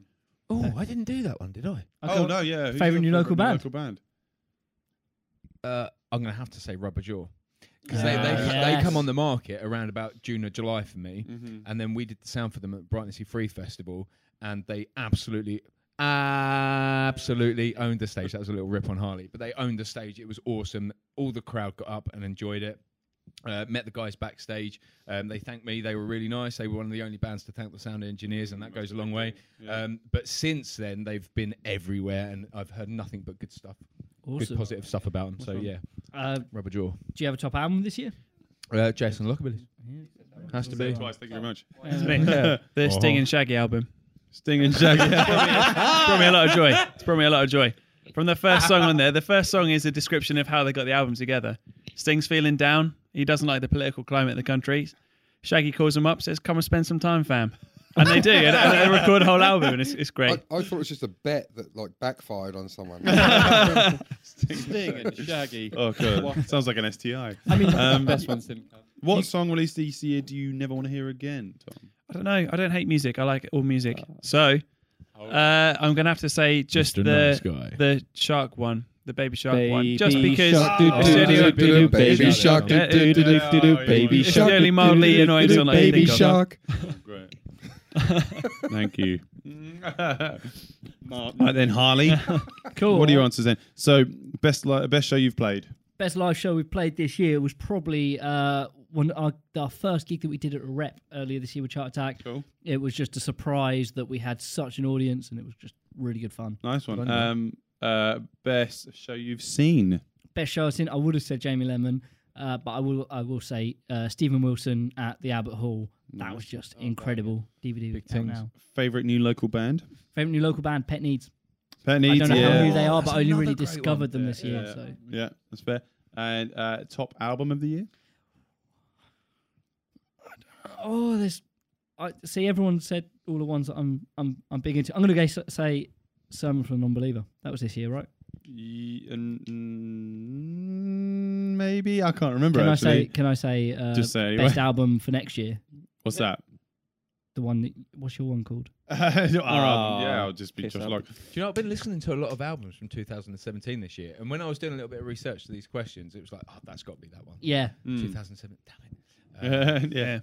Oh, I didn't do that one, did I? I Oh can't- no, yeah. Who's Favourite your new local band? Local band. Uh, I'm going to have to say Rubber Jaw. Because they, Ah, they, yes. they come on the market around about June or July for me. Mm-hmm. Uh, And then we did the sound for them at Brighton Sea Free Festival. And they absolutely, absolutely owned the stage. That was a little rip on Harley. But they owned the stage. It was awesome. All the crowd got up and enjoyed it. Uh, met the guys backstage. Um, they thanked me. They were really nice. They were one of the only bands to thank the sound engineers, and that goes a long way. Um, but since then, they've been everywhere, and I've heard nothing but good stuff, good Awesome. positive stuff about them. So yeah, Uh, rubber jaw. do you have a top album this year? Uh, Jason Lockerbilly has to be. Twice. Thank you very much. *laughs* The Sting and Shaggy album. Sting and Shaggy. It's brought me a lot of joy. It's brought me a lot of joy. From the first song on there, the first song is a description of how they got the album together. Sting's feeling down. He doesn't like the political climate of the country. Shaggy calls him up, says, "Come and spend some time, fam." And they do. And, and they record a whole album, and it's, it's I, I great. thought it was just a bet that like backfired on someone. Sting and Shaggy. *laughs* oh god, sounds like an STI. I mean, *laughs* Best ones didn't come. *laughs* What song released this year do you never want to hear again, Tom? I don't know. I don't hate music. I like all music. Oh. So uh, I'm gonna have to say just Mr. the Nice Guy. the shark one, the baby shark one, Baby just because shark, doo- the doo- doo- studio- doo- doo- Baby shark, Yeah, doo- it- doo- doo- doo- yeah, doo- yeah, doo- baby yeah. It's the shark. only mildly annoying song I can Baby think of. shark. Great. Thank you. *laughs* Right then, Harley. *laughs* cool. What are your answers then? So, best li- best show you've played. best live show we played this year was probably uh, one our, our first gig that we did at a rep earlier this year with Chart Attack. Cool. It was just a surprise that we had such an audience, and it was just really good fun. Nice one. Um, uh, best show you've seen. Best show I've seen, I would have said Jamie Lemon, uh, but I will I will say uh, Stephen Wilson at the Abbott Hall. That was just incredible. DVD out things. now. Favorite new local band. Favorite new local band, Pet Needs. Pet I Needs. don't know yeah. how new they are, Oh, but I that's only another really great discovered them one. this year. Yeah. So Yeah, that's fair. And uh, top album of the year. Oh, there's. I see. Everyone said all the ones that I'm I'm I'm big into. I'm gonna go s- say Sermon from a Non-Believer. That was this year, right? Ye- mm, maybe I can't remember. Can I actually. say? Can I say? Uh, Just say anyway. best album for next year. *laughs* What's *laughs* that? The one. That, what's your one called? Um, *laughs* Alright, yeah, I'll just be Kiss Josh up. Locke. Do you know, I've been listening to a lot of albums from 2017 this year, and when I was doing a little bit of research to these questions, it was like, oh, that's got to be that one. Yeah. Mm. *laughs* 2007, damn it. Uh, Hmm. yeah.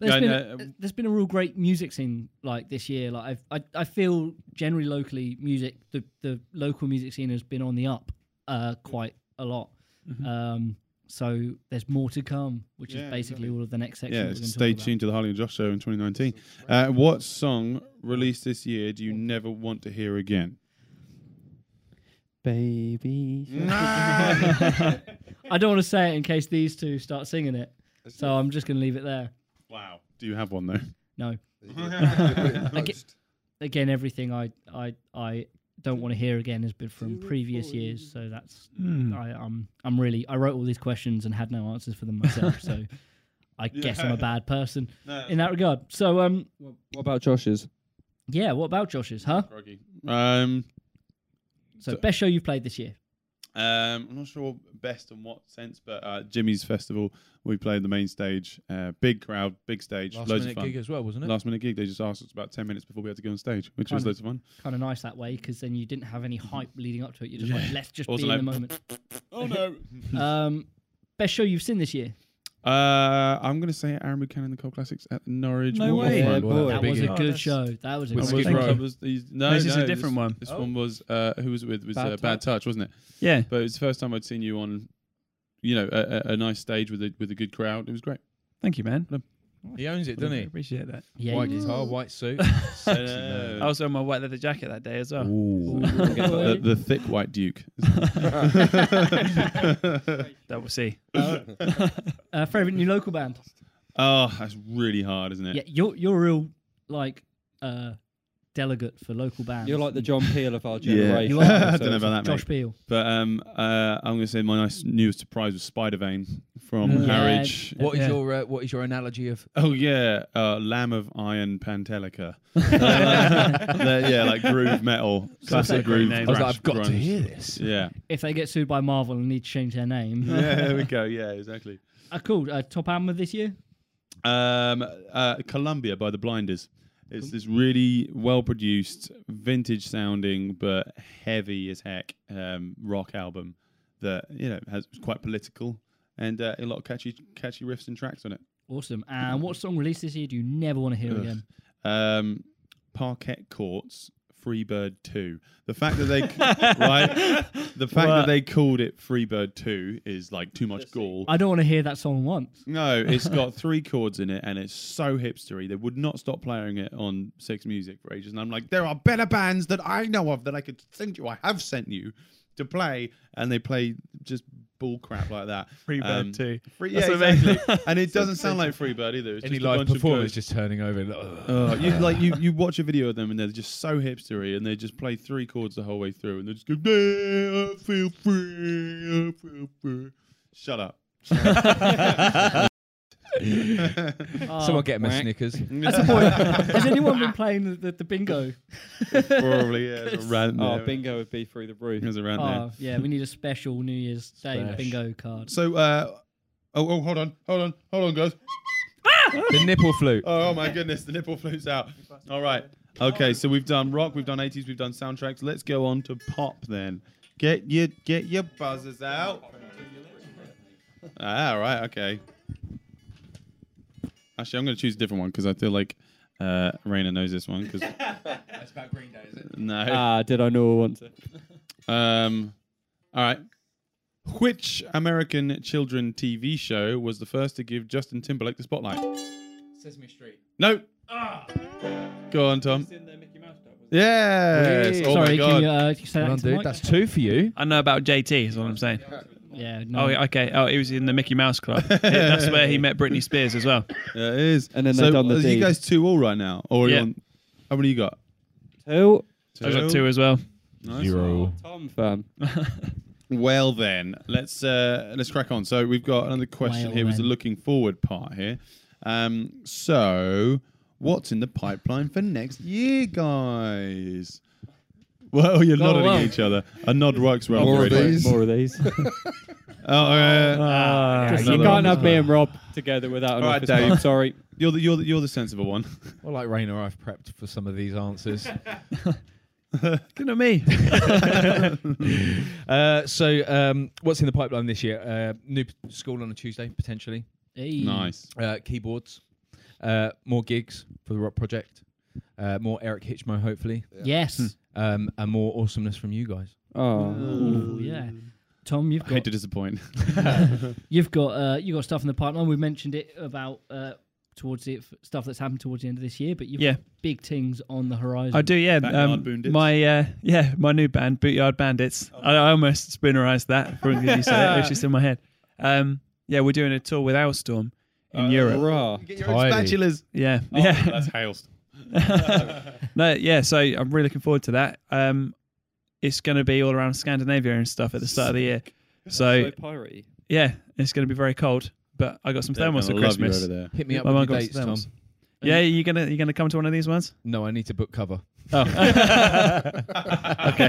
There's Yeah, um, been no, a, there's been a real great music scene like this year. Like I've, I I feel generally locally music the the local music scene has been on the up uh, quite a lot. Mm-hmm. Um, so there's more to come, which Yeah, is basically all of the next section. Yeah, that we're gonna stay talk about. tuned to the Harley and Josh show in 2019. Uh, what song released this year do you never want to hear again? Baby. I don't want to say it in case these two start singing it, so I'm just gonna leave it there. Wow. Do you have one though? No, I get- again, everything I I I don't want to hear again has been from previous years. So that's Hmm. I um I'm really I wrote all these questions and had no answers for them myself. so I guess I'm a bad person in that regard. So um What about Josh's? yeah, what about Josh's? Huh? Um, So best show you've played this year? Um, I'm not sure best in what sense, but uh, Jimmy's festival, we played the main stage, uh, big crowd, big stage, last loads minute of fun. gig as well, wasn't it? Last minute gig, they just asked us about 10 minutes before we had to go on stage, which Kind was of. loads of fun. Kind of nice that way because then you didn't have any hype leading up to it. You're just like let's just Also be in the like- moment. Oh no! um, best show you've seen this year? *laughs* uh, I'm gonna say Aaron Buchanan, the Cold Classics at the Norwich. No Waterfront. way. Yeah, boy. That big was a hit. good Oh, show. That was a With good Skid Skid show. Row. Row. Was these- no, This is a no, this, different one. This one was uh, who was it with It was Bad uh, Bad Touch, wasn't it? Yeah. But it was the first time I'd seen you on, you know, a, a, a nice stage with a with a good crowd. It was great. Thank you, man. He owns it, doesn't I he? appreciate that. Yeah, white you- guitar, white suit. Uh, Sexy man. I was wearing my white leather jacket that day as *laughs* well. the, *laughs* the thick white Duke. That we'll see. uh, favorite new local band. oh, that's really hard, isn't it? Yeah, you're you're a real like uh, delegate for local bands. You're like the John Peel of our *laughs* Yeah. generation. I don't know So- about that, Josh mate. Peel. But um, uh, I'm going to say my nice newest surprise was Spider Vein from Mm. Yeah. Harwich. What is Yeah. your uh, What is your analogy of? Oh yeah, uh, Lamb of Iron *laughs* Pantelica. *laughs* They're, yeah, like groove metal, classic great groove. name. I was thrash like, I've got to grunge. hear this. Yeah. If they get sued by Marvel and need to change their name, yeah, there we go. Yeah, exactly. uh, cool. Uh, top album of this year. Um, uh, Columbia by the Blinders. It's this really well produced, vintage sounding, but heavy as heck um, rock album that you know has is quite political and uh, a lot of catchy catchy riffs and tracks on it. Awesome. And what song released this year do you never want to hear Ugh. again? Um, Parquet Courts, Freebird Two. The fact that they right, the fact that they called it Freebird Two is like too much gall. I don't want to hear that song *laughs* once. No, it's got three chords in it, and it's so hipstery. They would not stop playing it on Six Music for ages. And I'm like, there are better bands that I know of that I could send you. I have sent you to play, and they play just bull crap like that. Freebird Um, too. Free, yeah, That's *laughs* amazing. exactly. and it doesn't sound like Freebird either. It's Any just a live bunch of performance girls. just turning over. and, ugh. Uh, you like you, you watch a video of them and they're just so hipstery and they just play three chords the whole way through and they just go "Yeah, I feel free, I feel free." Shut up. Someone get him a Snickers. That's the point. Has anyone been playing the, the, the bingo? *laughs* Probably yeah. It's a rant there. Ah. Oh, bingo would be through the roof. There's Ah, a rant there. Oh, yeah, we need a special New Year's Day Special. bingo card. So, uh, oh, oh, hold on, hold on, hold on, guys. the nipple flute. Oh, oh my goodness, the nipple flute's out. All right. Okay, so we've done rock, we've done 80s, we've done soundtracks. Let's go on to pop then. Get your get your buzzers out. Ah, all right, okay. Actually, I'm going to choose a different one because I feel like uh, Raina knows this one. Cause, *laughs* That's about Green Day, is it? no. Ah, did I know I want to? Um, all right. Which American children TV show was the first to give Justin Timberlake the spotlight? Sesame Street. Ah! No. Go on, Tom. Yes. Oh my Sorry, God. can you, uh, can you say that Well, into the dude, mic? that's two for you. I know about JT, is what I'm saying. Yeah, no. Oh, yeah, okay. Oh, he was in the Mickey Mouse *laughs* Club. Yeah, that's where he met Britney Spears as well. Yeah, it is. And then so they've done the are you deed. guys two all right now, or are you Yeah. on, how many you got? Who? I got two as well. Nice. Zero. Tom fan. Well then, let's uh, let's crack on. So we've got another question Well here. Was the then. looking forward part here? Um, so what's in the pipeline for next year, guys? Well, you're nodding well. at each other. A nod works well. More for Uh, of radio. these. More of these. Oh, yeah. you can't have me and Rob together without an All right, office. Dave. mate. Sorry. You're the you're the, you're the sensible one. Well, like Rainer, I've prepped for some of these *laughs* answers. Good at me. *laughs* uh, so, um, what's in the pipeline this year? Uh, new p- school on a Tuesday, potentially. Hey. nice. Uh, keyboards. Uh, more gigs for the Rock Project. Uh, more Eric Hitchmo, hopefully. Yes. Um, and more awesomeness from you guys. Hmm. Oh. Ooh, yeah. Tom, you've I hate got to disappoint. you've got uh, you got stuff in the pipeline. We mentioned it about uh, towards the stuff that's happened towards the end of this year, but you've Yeah. got big things on the horizon. I do, yeah. Backyard Um, Boondits. my uh, yeah, my new band, Bootyard Bandits. Oh, I, I almost spoonerized that from you said it. It's just in *laughs* my head. Um, yeah, we're doing a tour with Owlstorm in Europe. Rah. Get your own spatulas. Yeah, Oh, yeah. Uh, That's hailst. No, yeah. So I'm really looking forward to that. Um, it's going to be all around Scandinavia and stuff at the start of the year. So So piratey. yeah, it's going to be very cold. But I got some They're thermos at gonna love you Christmas. over there. Hit me up My mum with your got dates, some Tom. thermos. Yeah, you gonna you gonna come to one of these ones? No, I need to book cover. *laughs* Oh, *laughs* *laughs* okay.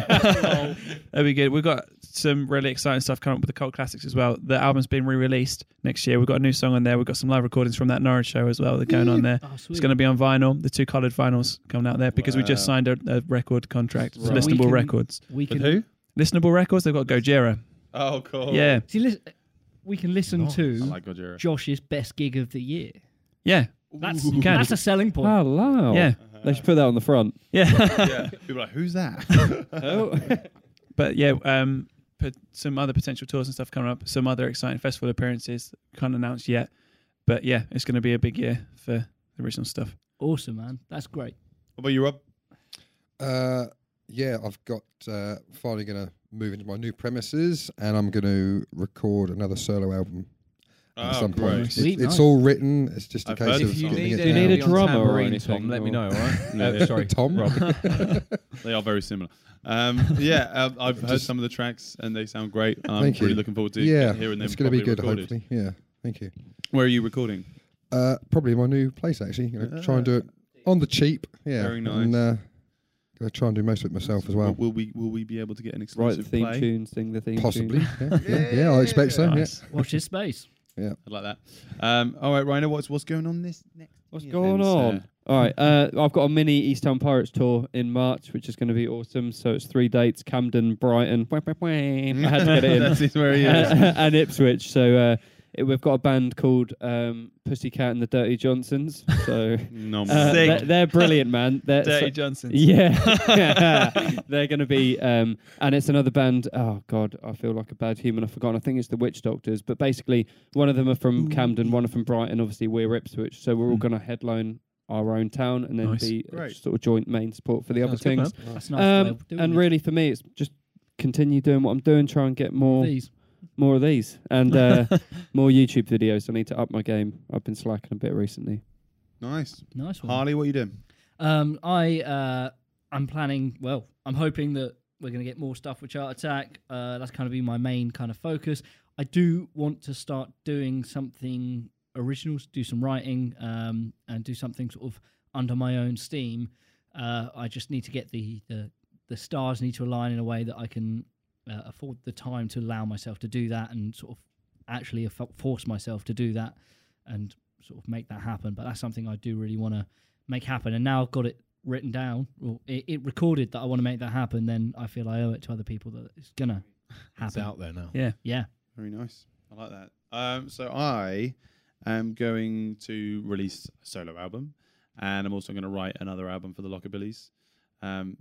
*laughs* That'd be good. We've got some really exciting stuff coming up with the Cult Classics as well. The album's being re-released next year. We've got a new song on there. We've got some live recordings from that Norwich show as well. They're going on there. Oh, sweet. It's going to be on vinyl. The two coloured vinyls coming out there because we just signed a, a record contract. for Right. We Listenable can- Records. we But can who? Listenable Records. They've got Gojira. Oh, cool. Yeah, see. Li- we can listen to I like Gojira. Josh's best gig of the year. yeah, That's You can. that's a selling point. Ah. Hello. yeah, They should put that on the *laughs* front. yeah. yeah. People are like, who's that? Oh. but yeah, um, put some other potential tours and stuff coming up. Some other exciting festival appearances can't announce yet, but yeah, it's going to be a big year for the original stuff. Awesome, man. That's great. What about you, Rob? Uh, yeah, I've got uh, finally going to move into my new premises, and I'm going to record another solo album at Oh, some great. point. It's, Sweet, it's nice. all written. It's just a I've case heard of it. If you getting need, it you down. need a anybody on drummer or tambourine, anything, Tom, let me or- know, *laughs* all right? No, Uh, yeah. sorry. Tom, *laughs* They are very similar. Um, yeah, *laughs* um, I've heard some of the tracks and they sound great. I'm Thank you. really looking forward to yeah, hearing them. it's going to be properly good. recorded. Hopefully, yeah. Thank you. Where are you recording? Uh, probably my new place actually. Going to try and do it on the cheap. Yeah, Ah. Very And uh, going to try and do most of it myself as well. Will we will we be able to get an Write the exclusive theme play? tune, sing the theme Possibly. *laughs* tune. Yeah, yeah, yeah, I expect so. Yeah. Nice. Watch this space. I like that. Um, all right, Rhino, what's what's going on this next? What's year going then, on? sir? All right, uh, I've got a mini East Town Pirates tour in March, which is going to be awesome. So it's three dates: Camden, Brighton. *laughs* I had to *laughs* get it in. *laughs* That's it, where he is. and Ipswich. So uh, it, we've got a band called um, Pussycat and the Dirty Johnsons. So no, uh, Sick. they're, they're *laughs* brilliant, man. They're, Dirty so- *laughs* Johnson. *laughs* yeah, they're going to be, um, and it's another band. Oh God, I feel like a bad human. I've forgotten. I think it's the Witch Doctors, but basically, one of them are from Camden, one are from Brighton. Obviously, we're Ipswich, so Hmm. we're all going to headline our own town and then Nice. be Great. sort of joint main support for the other Sounds good, things. That's a nice. way um, of doing and it. really, for me, it's just continue doing what I'm doing, try and get more These. more of these *laughs* and uh, more YouTube videos. I need to up my game. I've been slacking a bit recently. nice. nice one. Harley, what are you doing? Um, I uh, I'm planning. Well, I'm hoping that we're going to get more stuff with Chart Attack. Uh, that's kind of be my main kind of focus. I do want to start doing something original, s- do some writing, um, and do something sort of under my own steam. Uh, I just need to get the, the the stars need to align in a way that I can uh, afford the time to allow myself to do that and sort of actually affo- force myself to do that and sort of make that happen. But that's something I do really want to make happen. And now I've got it written down, or it, it recorded that I want to make that happen. Then I feel I owe it to other people that it's gonna It's happen. out there now. Yeah. Yeah, Very nice. I like that. Um, so I am going to release a solo album, and I'm also going to write another album for the Lockabillies. Um,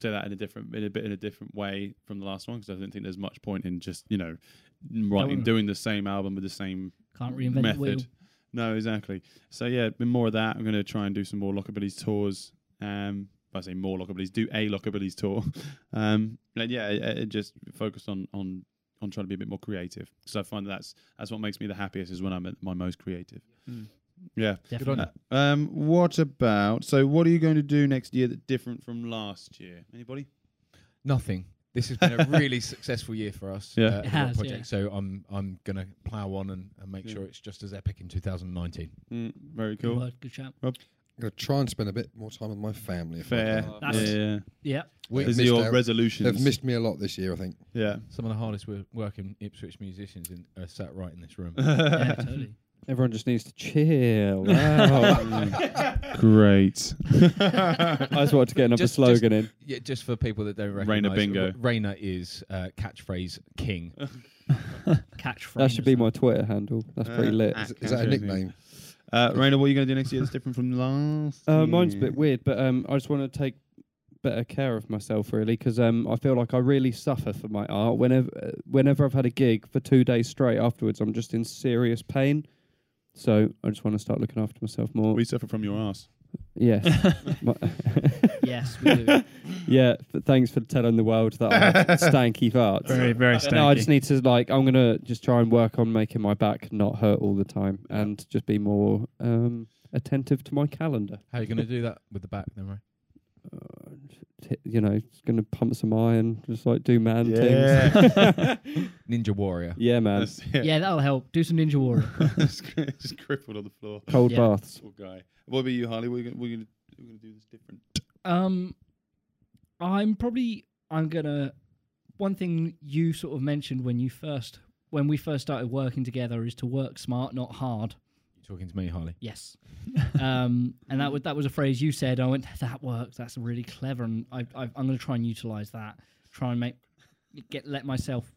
do that in a different, in a bit in a different way from the last one because I don't think there's much point in just you know writing, no. doing the same album with the same can't reinvent the wheel. method. No, exactly. So yeah, been more of that. I'm going to try and do some more Lockabilly's tours. Um, I say more Lockabilly's, do a Lockabilly's tour. *laughs* Um, and yeah, it, it just focus on on on trying to be a bit more creative because I find that's that's what makes me the happiest is when I'm at my most creative. Yeah. Definitely. Uh, um, what about? So, what are you going to do next year that different from last year? Anybody? Nothing. This has been a *laughs* really successful year for us. Yeah. uh, It at has, Project. yeah. So I'm I'm gonna plow on and, and make sure it's just as epic in 2019. Mm, very Good cool. word, good shout. going to try and spend a bit more time with my family. if I Fair. can. That's- yeah. Yeah. We've These are missed your out. resolutions. They've missed me a lot this year, I think. yeah. Some of the hardest wo- working Ipswich musicians in, are sat right in this *laughs* room. yeah, totally. Everyone just needs *laughs* to chill. Oh. Wow. *laughs* Great. I just wanted to get another Just- slogan in. yeah, just for people that don't Rainer recognize. Bingo. Rainer is uh, catchphrase *laughs* king. Catchphrase. That should be or my Twitter handle. That's Uh, pretty lit. Is, is that a nickname? Uh, Rainer, what are you going to do next year that's different from last? Uh, mine's a year? bit weird, but um, I just want to take better care of myself really because um, I feel like I really suffer for my art. Whenever uh, whenever I've had a gig for two days straight afterwards, I'm just in serious pain. So I just want to start looking after myself more. We suffer from your ass. *laughs* yes. My- something. Yes, we do. yeah. But thanks for telling the world that I have *laughs* stanky farts. Very, very stanky. No, I just need to like. I'm gonna just try and work on making my back not hurt all the time, and just be more um, attentive to my calendar. How are you going to do that with the back then, right? Uh, t- you know, just gonna pump some iron, just like do man things. Ninja warrior. yeah, man. That's, *laughs* yeah. yeah, that'll help. Do some Ninja Warrior. just, cri- just crippled on the floor. Cold Yeah. baths. Poor guy. What about you, Harley? What are you going to do this different? Um, I'm probably I'm gonna. One thing you sort of mentioned when you first when we first started working together is to work smart, not hard. You're talking to me, Harley. Yes. um, and that was that was a phrase you said. I went, that works. That's really clever, and I, I, I'm going to try and utilize that. Try and make get let myself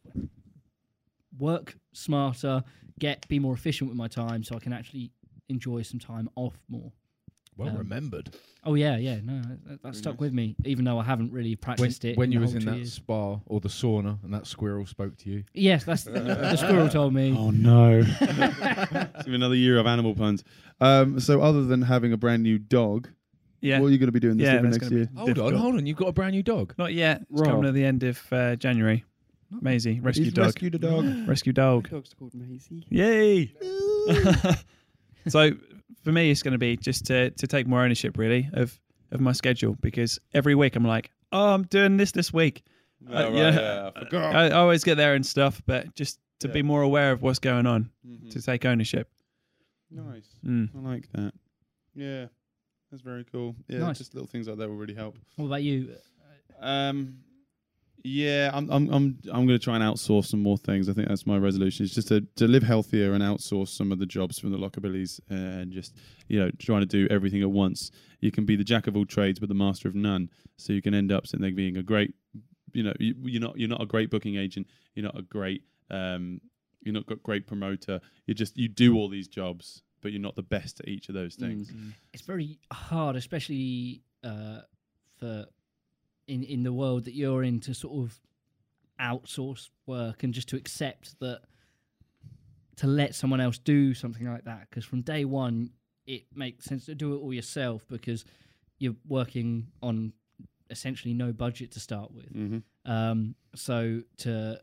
work smarter, get be more efficient with my time, so I can actually enjoy some time off more. Well Um, remembered. Oh yeah, yeah. No, that, that stuck with me, even though I haven't really When, practiced it. when you the was whole in two that years. spa or the sauna and that squirrel spoke to you. Yes, that's *laughs* the squirrel told me. Oh *laughs* no! it's gonna be another year of animal puns. Um, so, other than having a brand new dog, yeah. what are you going to be doing this yeah, different that's next gonna year? be Hold difficult. on, hold on. You've got a brand new dog. Not yet. It's Raw. coming at the end of uh, January. Maisie, rescue He's dog. rescued a dog. *gasps* rescue dog. Dog's called Maisie. Yay! so for me, it's going to be just to to take more ownership really of of my schedule because every week I'm like, oh, I'm doing this this week. Uh, yeah. I forgot. I always get there and stuff, but just to be more aware of what's going on, Mm-hmm. to take ownership. Nice. Mm. I like that. Yeah, that's very cool. Yeah, Nice. just little things like that will really help. What about you? Um, yeah, I'm I'm I'm I'm going to try and outsource some more things. I think that's my resolution. It's just to, to live healthier and outsource some of the jobs from the lockabilities and just you know trying to do everything at once. You can be the jack of all trades but the master of none. So you can end up sitting there being a great, you know, you, you're not you're not a great booking agent. You're not a great um, you're not a great promoter. You just you do all these jobs, but you're not the best at each of those things. it's very hard, especially uh, for in in the world that you're in, to sort of outsource work and just to accept that to let someone else do something like that. Because from day one, it makes sense to do it all yourself because you're working on essentially no budget to start with. Um, so to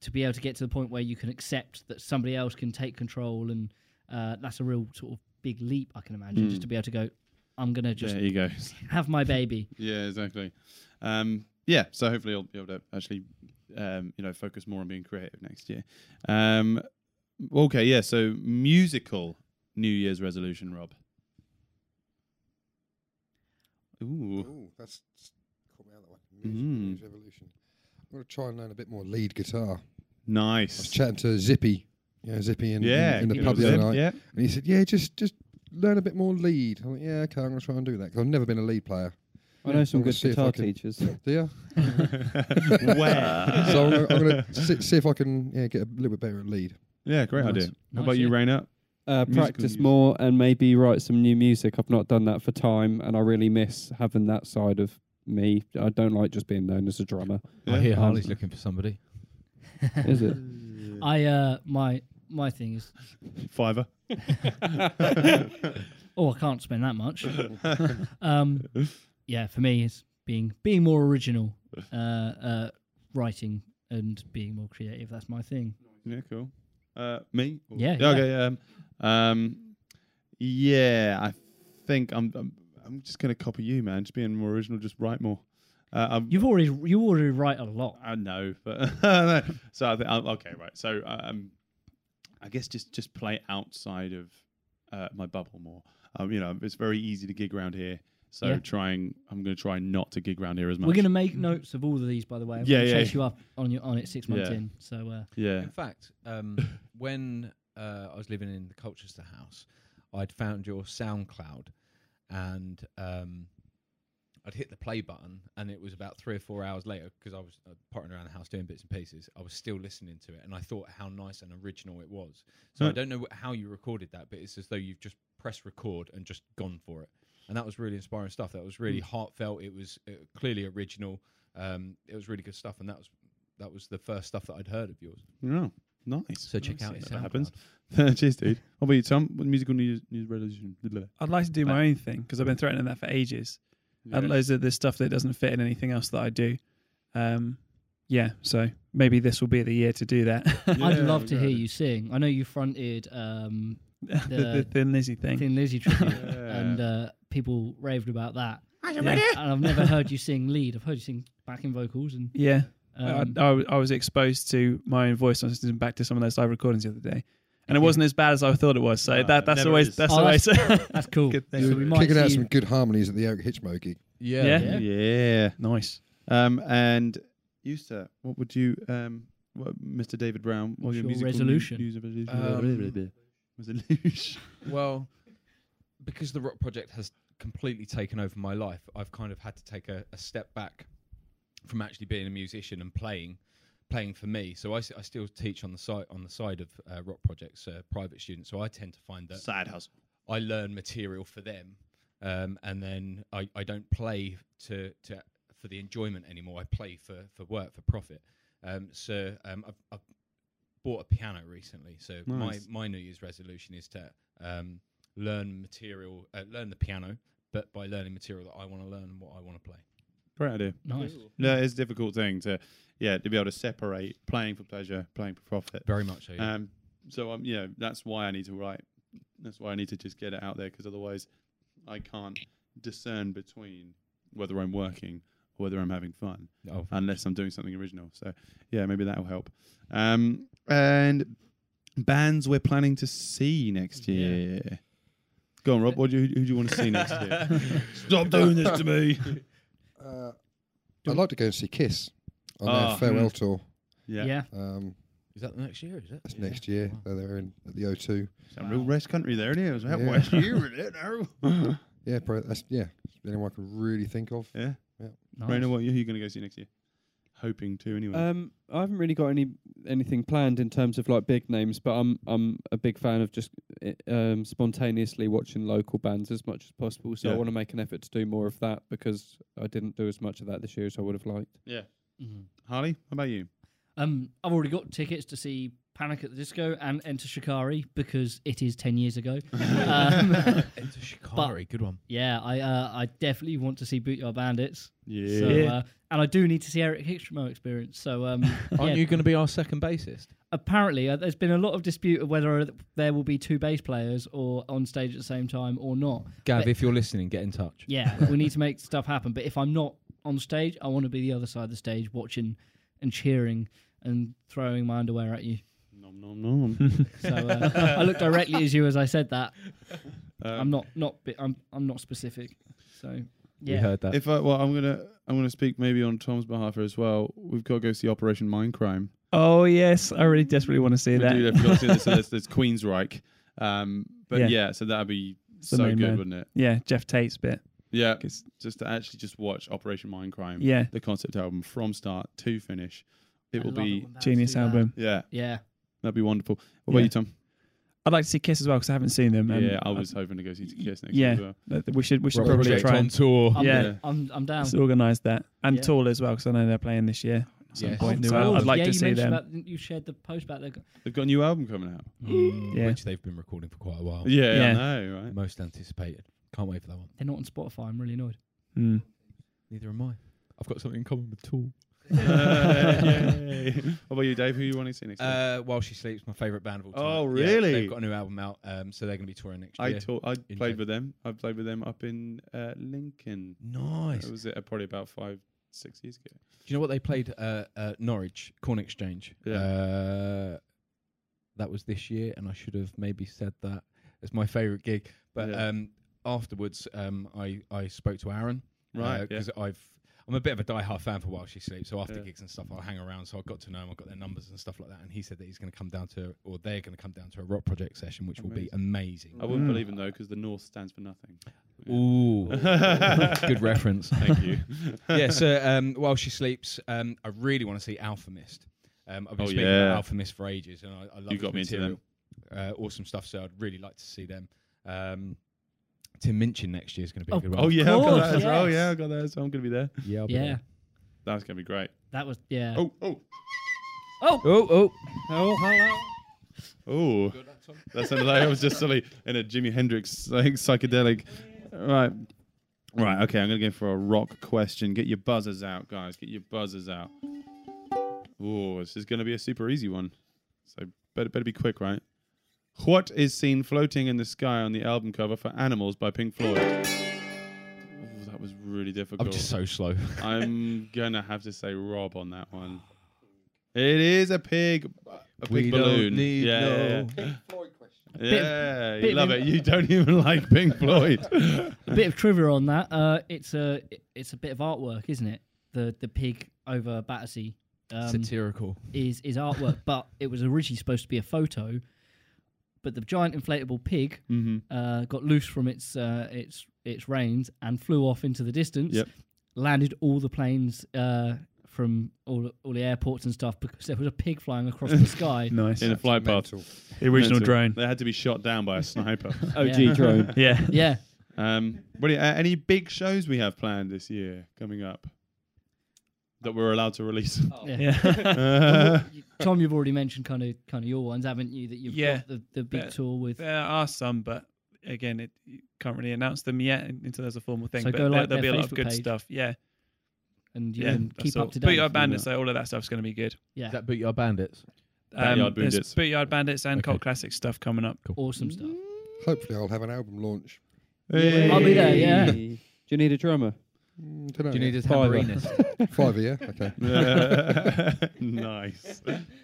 to be able to get to the point where you can accept that somebody else can take control, and uh, that's a real sort of big leap, I can imagine, just to be able to go, I'm gonna just There you go. have my baby. Yeah, exactly. Um, yeah, so hopefully I'll be able to actually, um, you know, focus more on being creative next year. Um, okay, yeah. So musical New Year's resolution, Rob. Ooh, Ooh, that's that's caught me out that one. Mm. Music, evolution. I'm going to try and learn a bit more lead guitar. I was nice. chatting to Zippy, you know, Zippy in, in- Yeah, in, the keep pub it the other zip, night, yeah. and he said, "Yeah, just just learn a bit more lead." I'm like, "Yeah, okay, I'm going to try and do that because I've never been a lead player." *laughs* I know some I'm gonna good see if I guitar can- teachers. Do you? *laughs* *laughs* Where? so I'm, gonna- I'm *laughs* going to see, see if I can yeah, get a little bit better at lead. Yeah, great idea. How about Nice, you, yeah. Rainer? Uh, Musical practice music. more and maybe write some new music. I've not done that for time, and I really miss having that side of me. I don't like just being known as a drummer. I hear Um, Harley's looking for somebody. Is it? I uh, my my thing is, Fiver. oh, I can't spend that *laughs* much. um, yeah, for me, it's being being more original, uh, uh, writing and being more creative. That's my thing. Yeah, cool. Uh, me? Or- *laughs* Yeah, yeah. Okay. Yeah. Um, um, yeah. I think I'm. I'm, I'm just gonna copy you, man. Just being more original. Just write more. Uh, I'm, You've already you already write a lot. I know, but *laughs* no. so I think I'm, okay, right. So um, I guess just just play outside of uh, my bubble more. Um, you know, it's very easy to gig around here. So Yeah. trying, I'm going to try not to gig around here as much. We're going to make notes of all of these, by the way. I'm Yeah, gonna yeah. chase you up on your on it six months Yeah. in. So uh, yeah, In fact, um, when uh, I was living in the Colchester house, I'd found your SoundCloud, and um, I'd hit the play button, and it was about three or four hours later because I was uh, pottering around the house doing bits and pieces. I was still listening to it, and I thought how nice and original it was. So I Huh. don't know wh- how you recorded that, but it's as though you've just pressed record and just gone for it. And that was really inspiring stuff. That was really heartfelt. It was uh, clearly original. Um, it was really good stuff, and that was that was the first stuff that I'd heard of yours. Yeah. Oh, nice. *laughs* So check out his That SoundCloud. happens. Cheers, dude. What about you, Tom? What musical news, news resolution? I'd like to do my own thing because I've been threatening that for ages. I Um, had loads of this stuff that doesn't fit in anything else that I do. Um, yeah, so maybe this will be the year to do that. *laughs* I'd love to hear you sing. I know you fronted *laughs* um, the, the Thin Lizzy thing. Thin Lizzy tribute, *laughs* and uh, people raved about that. ready? And I've never heard you sing lead. I've heard you sing backing vocals, and Yeah. Um, I, I, I was exposed to my own voice. I was listening back to some of those live recordings the other day, and it wasn't as bad as I thought it was. So that that's never always is. that's Oh, always that's cool. Good thing. So we might Kicking out see some good harmonies at the Eric Hitchmo gig. Yeah. Yeah. Yeah. Yeah. *laughs* nice. Um, and you, sir, what would you, um, what, Mr. David Brown, What's what your, your musical resolution? News resolution. Um, *laughs* resolution. Well, because the rock project has completely taken over my life, I've kind of had to take a, a step back from actually being a musician and playing, playing for me. So I, s- I still teach on the side on the side of uh, rock projects, uh, private students. So I tend to find that Side hustle. I learn material for them, um, and then I, I don't play to, to for the enjoyment anymore. I play for, for work for profit. Um, so um, I've, I've bought a piano recently. So Nice. my my New Year's resolution is to um, learn material, uh, learn the piano, but by learning material that I want to learn and what I want to play. Great idea. nice. No, it's a difficult thing to, yeah, to be able to separate playing for pleasure, playing for profit. Very much so. yeah. Um, so um, yeah, that's why I need to write. That's why I need to just get it out there because otherwise, I can't discern between whether I'm working or whether I'm having fun Oh, unless I'm doing something original. So yeah, maybe that will help. Um, and bands we're planning to see next year. Go on, Rob. What do you, who do you want to see next year? *laughs* Stop doing this to me. Uh, I'd like to go and see Kiss on Ah, their farewell Hmm. tour. Yeah, Yeah. Um, is that the next year? Is it? that's next year. They're there in at the O2. *laughs* some real rest country there, isn't it? It was out Yeah. west. You were there, *laughs* no. Yeah, bro, that's yeah. It's the only one I can really think of. Yeah, nice. Raina, what are you going to go see next year? Hoping to anyway. Um, I haven't really got any anything planned in terms of like big names, but I'm I'm a big fan of just i- um, spontaneously watching local bands as much as possible. So I Yeah. want to make an effort to do more of that because I didn't do as much of that this year as I would *laughs* have liked. Mhm. Harley, how about you? Um, I've already got tickets to see Panic at the Disco and Enter Shikari because it is ten years *laughs* ago. um, *laughs* Enter Shikari, good one. yeah, I uh, I definitely want to see Bootyard Bandits. Yeah. So, uh, and I do need to see Eric Hickstramo experience. So *laughs* um, Aren't yeah, you going to be our second bassist? apparently uh, there's been a lot of dispute of whether there will be two bass players or on stage at the same time or not. Gav, But- if you're listening, get in touch. Yeah, we need to make stuff happen. But if I'm not on stage, I want to be the other side of the stage, watching and cheering and throwing my underwear at you. Nom nom nom. So uh, I look directly at you as I said that. I'm Um, not not bi- I'm I'm not specific. So We yeah, heard that. if I, well, I'm gonna I'm gonna speak maybe on Tom's behalf as well. We've got to go see Operation Mindcrime. Oh yes, I really desperately want to see We that. do. I've got to see this. So there's, there's Queensryche. Um, but yeah. Yeah. so that'd be It's the so main good, man. wouldn't it? *laughs* yeah, Jeff Tate's bit. Yeah, 'Cause- just to actually just watch Operation Mindcrime. Yeah, the concept album from start to finish. It will be genius album. yeah, Yeah, that'd be wonderful. What Yeah. about you, Tom? I'd like to see Kiss as well because I haven't seen them. and yeah, I was hoping to go see Kiss next year yeah. as well. that- We should we should Rock probably Project Um, try on and tour. I'm, Oh, Yeah. I'm I'm down. let's organise that and Yeah. Tool as well because I know they're playing this year. At some Yes. point, Oh, as well. Tool. I'd like yeah, to you see mentioned them. About, you shared the post about their They've got a new album coming out. Yeah. Mm. Which they've been recording for quite a while. Yeah, I Yeah. know, *laughs* right? Most anticipated. Can't wait for that one. They're not on Spotify. I'm really annoyed. Mm. Neither am I. I've got something in common with Tool. Yay. What about you, Dave? Who you want to see next? year? Uh, While She Sleeps, my favourite band of all time. Oh, Yeah, really? they've got a new album out, um, so they're going to be touring next I year. taught, I in played Jan- with them. I played with them up in uh, Lincoln. nice. That Do was it, uh, probably about five, six years ago. you know what they played? Uh, uh, Norwich, Corn Exchange. Yeah. Uh, that was this year, and I should have maybe said that as my favourite gig. But Yeah. um, afterwards, um, I I spoke to Aaron, Right, yeah. Because I've I'm a bit of a diehard fan for while she sleeps. So after gigs and stuff, I'll hang around. So I got to know him. I got their numbers and stuff like that. And he said that he's going to come down to, or they're going to come down to a rock project session, which will be amazing. I wouldn't believe him though because the North stands for nothing. *laughs* Ooh, good reference. Thank you. yeah, so um, while she sleeps, um, I really want to see Alchemist. Um, I've been Oh, speaking yeah. about Alchemist for ages, and I, I love You got his me into material. Uh, awesome stuff. So I'd really like to see them. Um, Tim Minchin next year is going to be a good one. *laughs* Oh yeah, I've got course, that as well. yes. Yeah, I've got that as well. I'm gonna be there. yeah, I'll be Yeah, That's gonna be great. that was yeah. Oh, oh, there. Oh oh, Oh, hello. oh! That sounded like I was just suddenly in a Jimi Hendrix like psychedelic. Right, right. Okay, I'm gonna go for a rock question. Get your buzzers out, guys. Get your buzzers out. Oh, this is gonna be a super easy one. So better better be quick, right? What is seen floating in the sky on the album cover for Animals by Pink Floyd? Oh, that was really difficult. I'm just so slow. *laughs* I'm gonna have to say Rob on that one. It is a pig, a pig We don't balloon. need yeah, no- yeah, yeah. Bit- Yeah, bit you of love in- it. You don't even like Pink *laughs* Floyd. A bit of trivia on that. Uh, it's a it's a bit of artwork, isn't it? The the pig over Battersea um, Satirical. is is *laughs* artwork, but it was originally supposed to be a photo. But the giant inflatable pig Mm-hmm. uh, got loose from its uh, its its reins and flew off into the distance. Yep. Landed all the planes uh, from all all the airports and stuff because there was a pig flying across *laughs* the sky. Nice. in a flight path. The original Mental. drone. They had to be shot down by a sniper. *laughs* OG Yeah. drone. Yeah. Yeah. um, what do you- uh, any big shows we have planned this year coming up that we're allowed to release? yeah. Yeah. Uh, Tom, you've already mentioned kind of kind of your ones, haven't you? That you've Yeah. got the, the big Yeah. tour with. there are some, but again, it, you can't really announce them yet until there's a formal thing. So but go there, like there'll be their a lot of Facebook good page. stuff. Yeah. and you yeah. can that's keep all. up to date. Bootyard Bandits, so all of that stuff's going to be good. Um, yeah, Is that Bootyard Bandits? Backyard there's Bandits. Bootyard Bandits and Okay. Cult Classic stuff coming up. awesome stuff. Hopefully, I'll have an album launch. *laughs* hey. I'll be there. Yeah, Do you need a drummer? Mm, dunno. Do you need a Fiver. tambourinist? five a year? *laughs* Okay. *laughs* nice.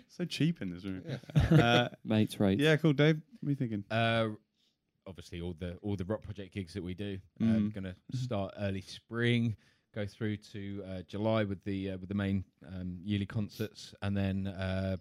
So cheap in this room. Uh, Mates, right. yeah, cool, Dave. What are you thinking? uh, obviously, all the all the rock project gigs that we do. Um, Mm. going to start early spring, go through to uh, July with the uh, with the main um, yearly concerts, and then uh,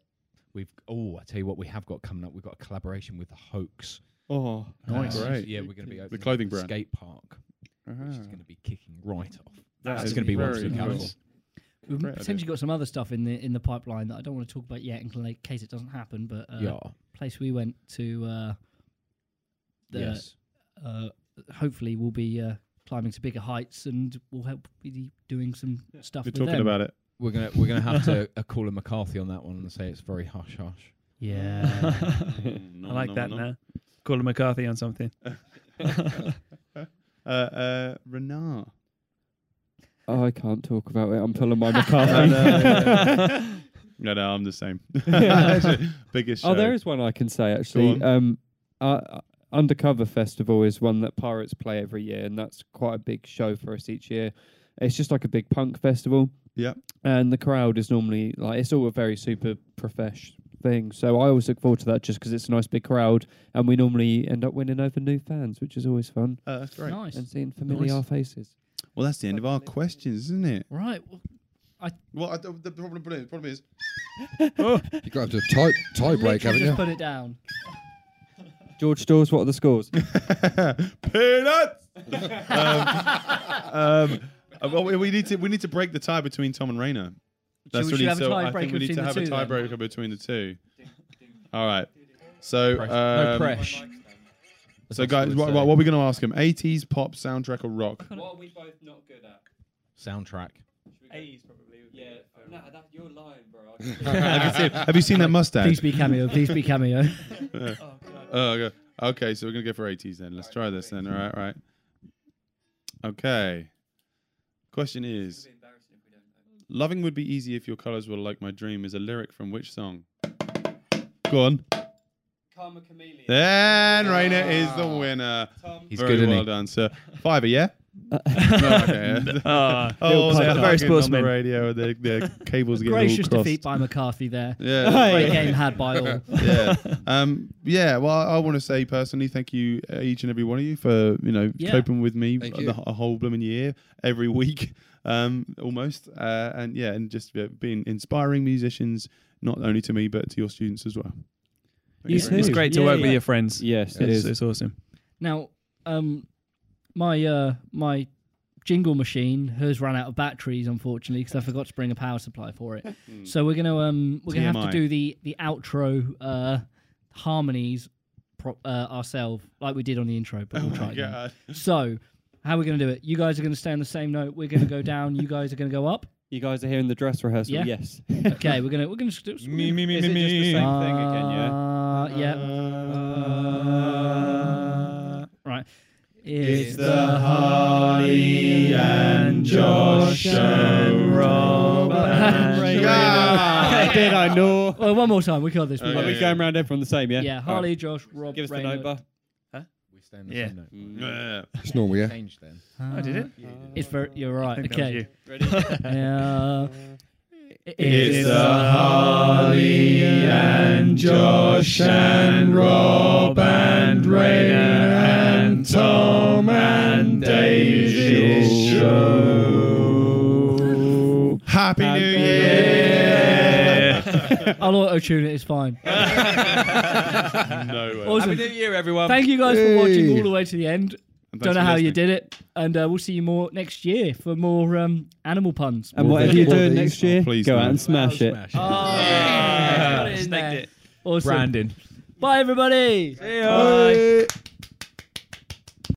we've oh, I tell you what, we have got coming up. We've got a collaboration with the Hoax. Oh, Uh, Great. Yeah, we're going to be opening clothing up a brand. skate park, which is Ah. going to be kicking right off. That That's is going to be one to very look out nice. for. we've Great potentially got some other stuff in the in the pipeline that I don't want to talk about yet, in cla- case it doesn't happen. But uh, yeah. place we went to, uh, the, yes. uh, hopefully we'll be uh, climbing to bigger heights, and we'll help be doing some stuff. We're with talking them. *laughs* about it. We're gonna we're gonna have to uh, call a McCarthy on that one and say it's very hush hush. yeah. Mm-hmm. I like that now. Call McCarthy on something. Uh, uh, Renard. Oh, I can't talk about it. I'm *laughs* pulling my no, McCarthy. no, no, no, I'm the *laughs* same. *laughs* *laughs* Biggest show. Oh, there is one I can say actually. on. Um, uh, Undercover Festival is one that pirates play every year, and that's quite a big show for us each year. It's just like a big punk festival. Yep. And the crowd is normally like it's all a very super profesh thing. So I always look forward to that just because it's a nice big crowd, and we normally end up winning over new fans, which is always fun, Uh, that's great. nice. and seeing familiar Nice. faces. Well, that's the end of our questions, isn't it? Right. Well, Well, I, the problem, the problem *laughs* is, You've got to have a tie, tie break, literally just haven't you? put it down. George Dawes, what are the scores? *laughs* peanuts. *laughs* um, um, uh, well, we- we need to we need to break the tie between Tom and Rainer. That's we- really should we have a so. I tiebreaker think we between need to the have a two then? tiebreaker between the two. All right. So Press- um, no press. So guys, what, what, what are we going to ask him? 80s pop soundtrack *laughs* or rock? What are we both not good at? soundtrack. A's probably. Yeah, no, that, you're lying, *laughs* bro. have, you seen, have you seen that mustache? Please be cameo. Please be cameo. Oh, okay. okay, so we're gonna go for 80s then. Let's try this then. All right, all right. Okay. Question is: Loving would be easy if your colours were like my dream. Is a lyric from which song? Go on. Karma Chameleon. And Rainer is the winner. He's Very Ah. good, isn't well he? *laughs* done, sir. Fiver, yeah. Ah, oh, Very they're arguing on sportsman. the radio. and Their, their *laughs* cables get all Gracious crossed. defeat by McCarthy *laughs* there. Yeah. Great game had by all. *laughs* yeah. Um, yeah. Well, I want to say personally, thank you uh, each and every one of you for you know Yeah. coping with me Thank the- you. a whole blooming year, every week, *laughs* um, almost, uh, and yeah, and just uh, being inspiring musicians, not only to me but to your students as well. You it's, too. it's great to Yeah, work yeah. with your friends. Yes, it It's, is. it's awesome. Now, um, my uh, my jingle machine has run out of batteries, unfortunately, because I forgot to bring a power supply for it. so we're gonna um, we're gonna have TMI. to do the the outro uh, harmonies pro- uh, ourselves, like we did on the intro. But we'll try. again. So. How are we going to do it? You guys are going to stay on the same note. We're going to go down. You guys are going to go up. You guys are here in the dress rehearsal. Yeah. Yes. Okay, we're going to we're going to Me, me, me, Is me, it just the me. same thing again? Yeah. Uh, yeah. uh, right. It's the Harley and Josh uh, and Rob and *laughs* Ray. Yeah. *laughs* Did I know? Well, one more time. We got this. We Are got Oh, we this. going round everyone the same? Yeah. Yeah, Harley, Josh, Rob. Give us the Reynolds. note bar. We stay on the same note. 네. It's normal, yeah. Change then. I did it. It's very. You're right. I think that was Okay. *laughs* Uh, you. It's the *laughs* Harley and Josh and Rob and Ray and Tom and Daisy show. Happy New Year! I'll auto tune it. It's fine. no way. Happy Awesome. New Year, everyone. Thank you guys for Yay. watching all the way to the end. And Don't thanks know for how you listening. did it, and uh, we'll see you more next year for more um, animal puns. And Well, whatever they- you well, do they- next year, Oh, please, go no. out and smash it. Smash Oh, got it in there. Snagged it. Awesome. Brandon. Bye, everybody. Bye.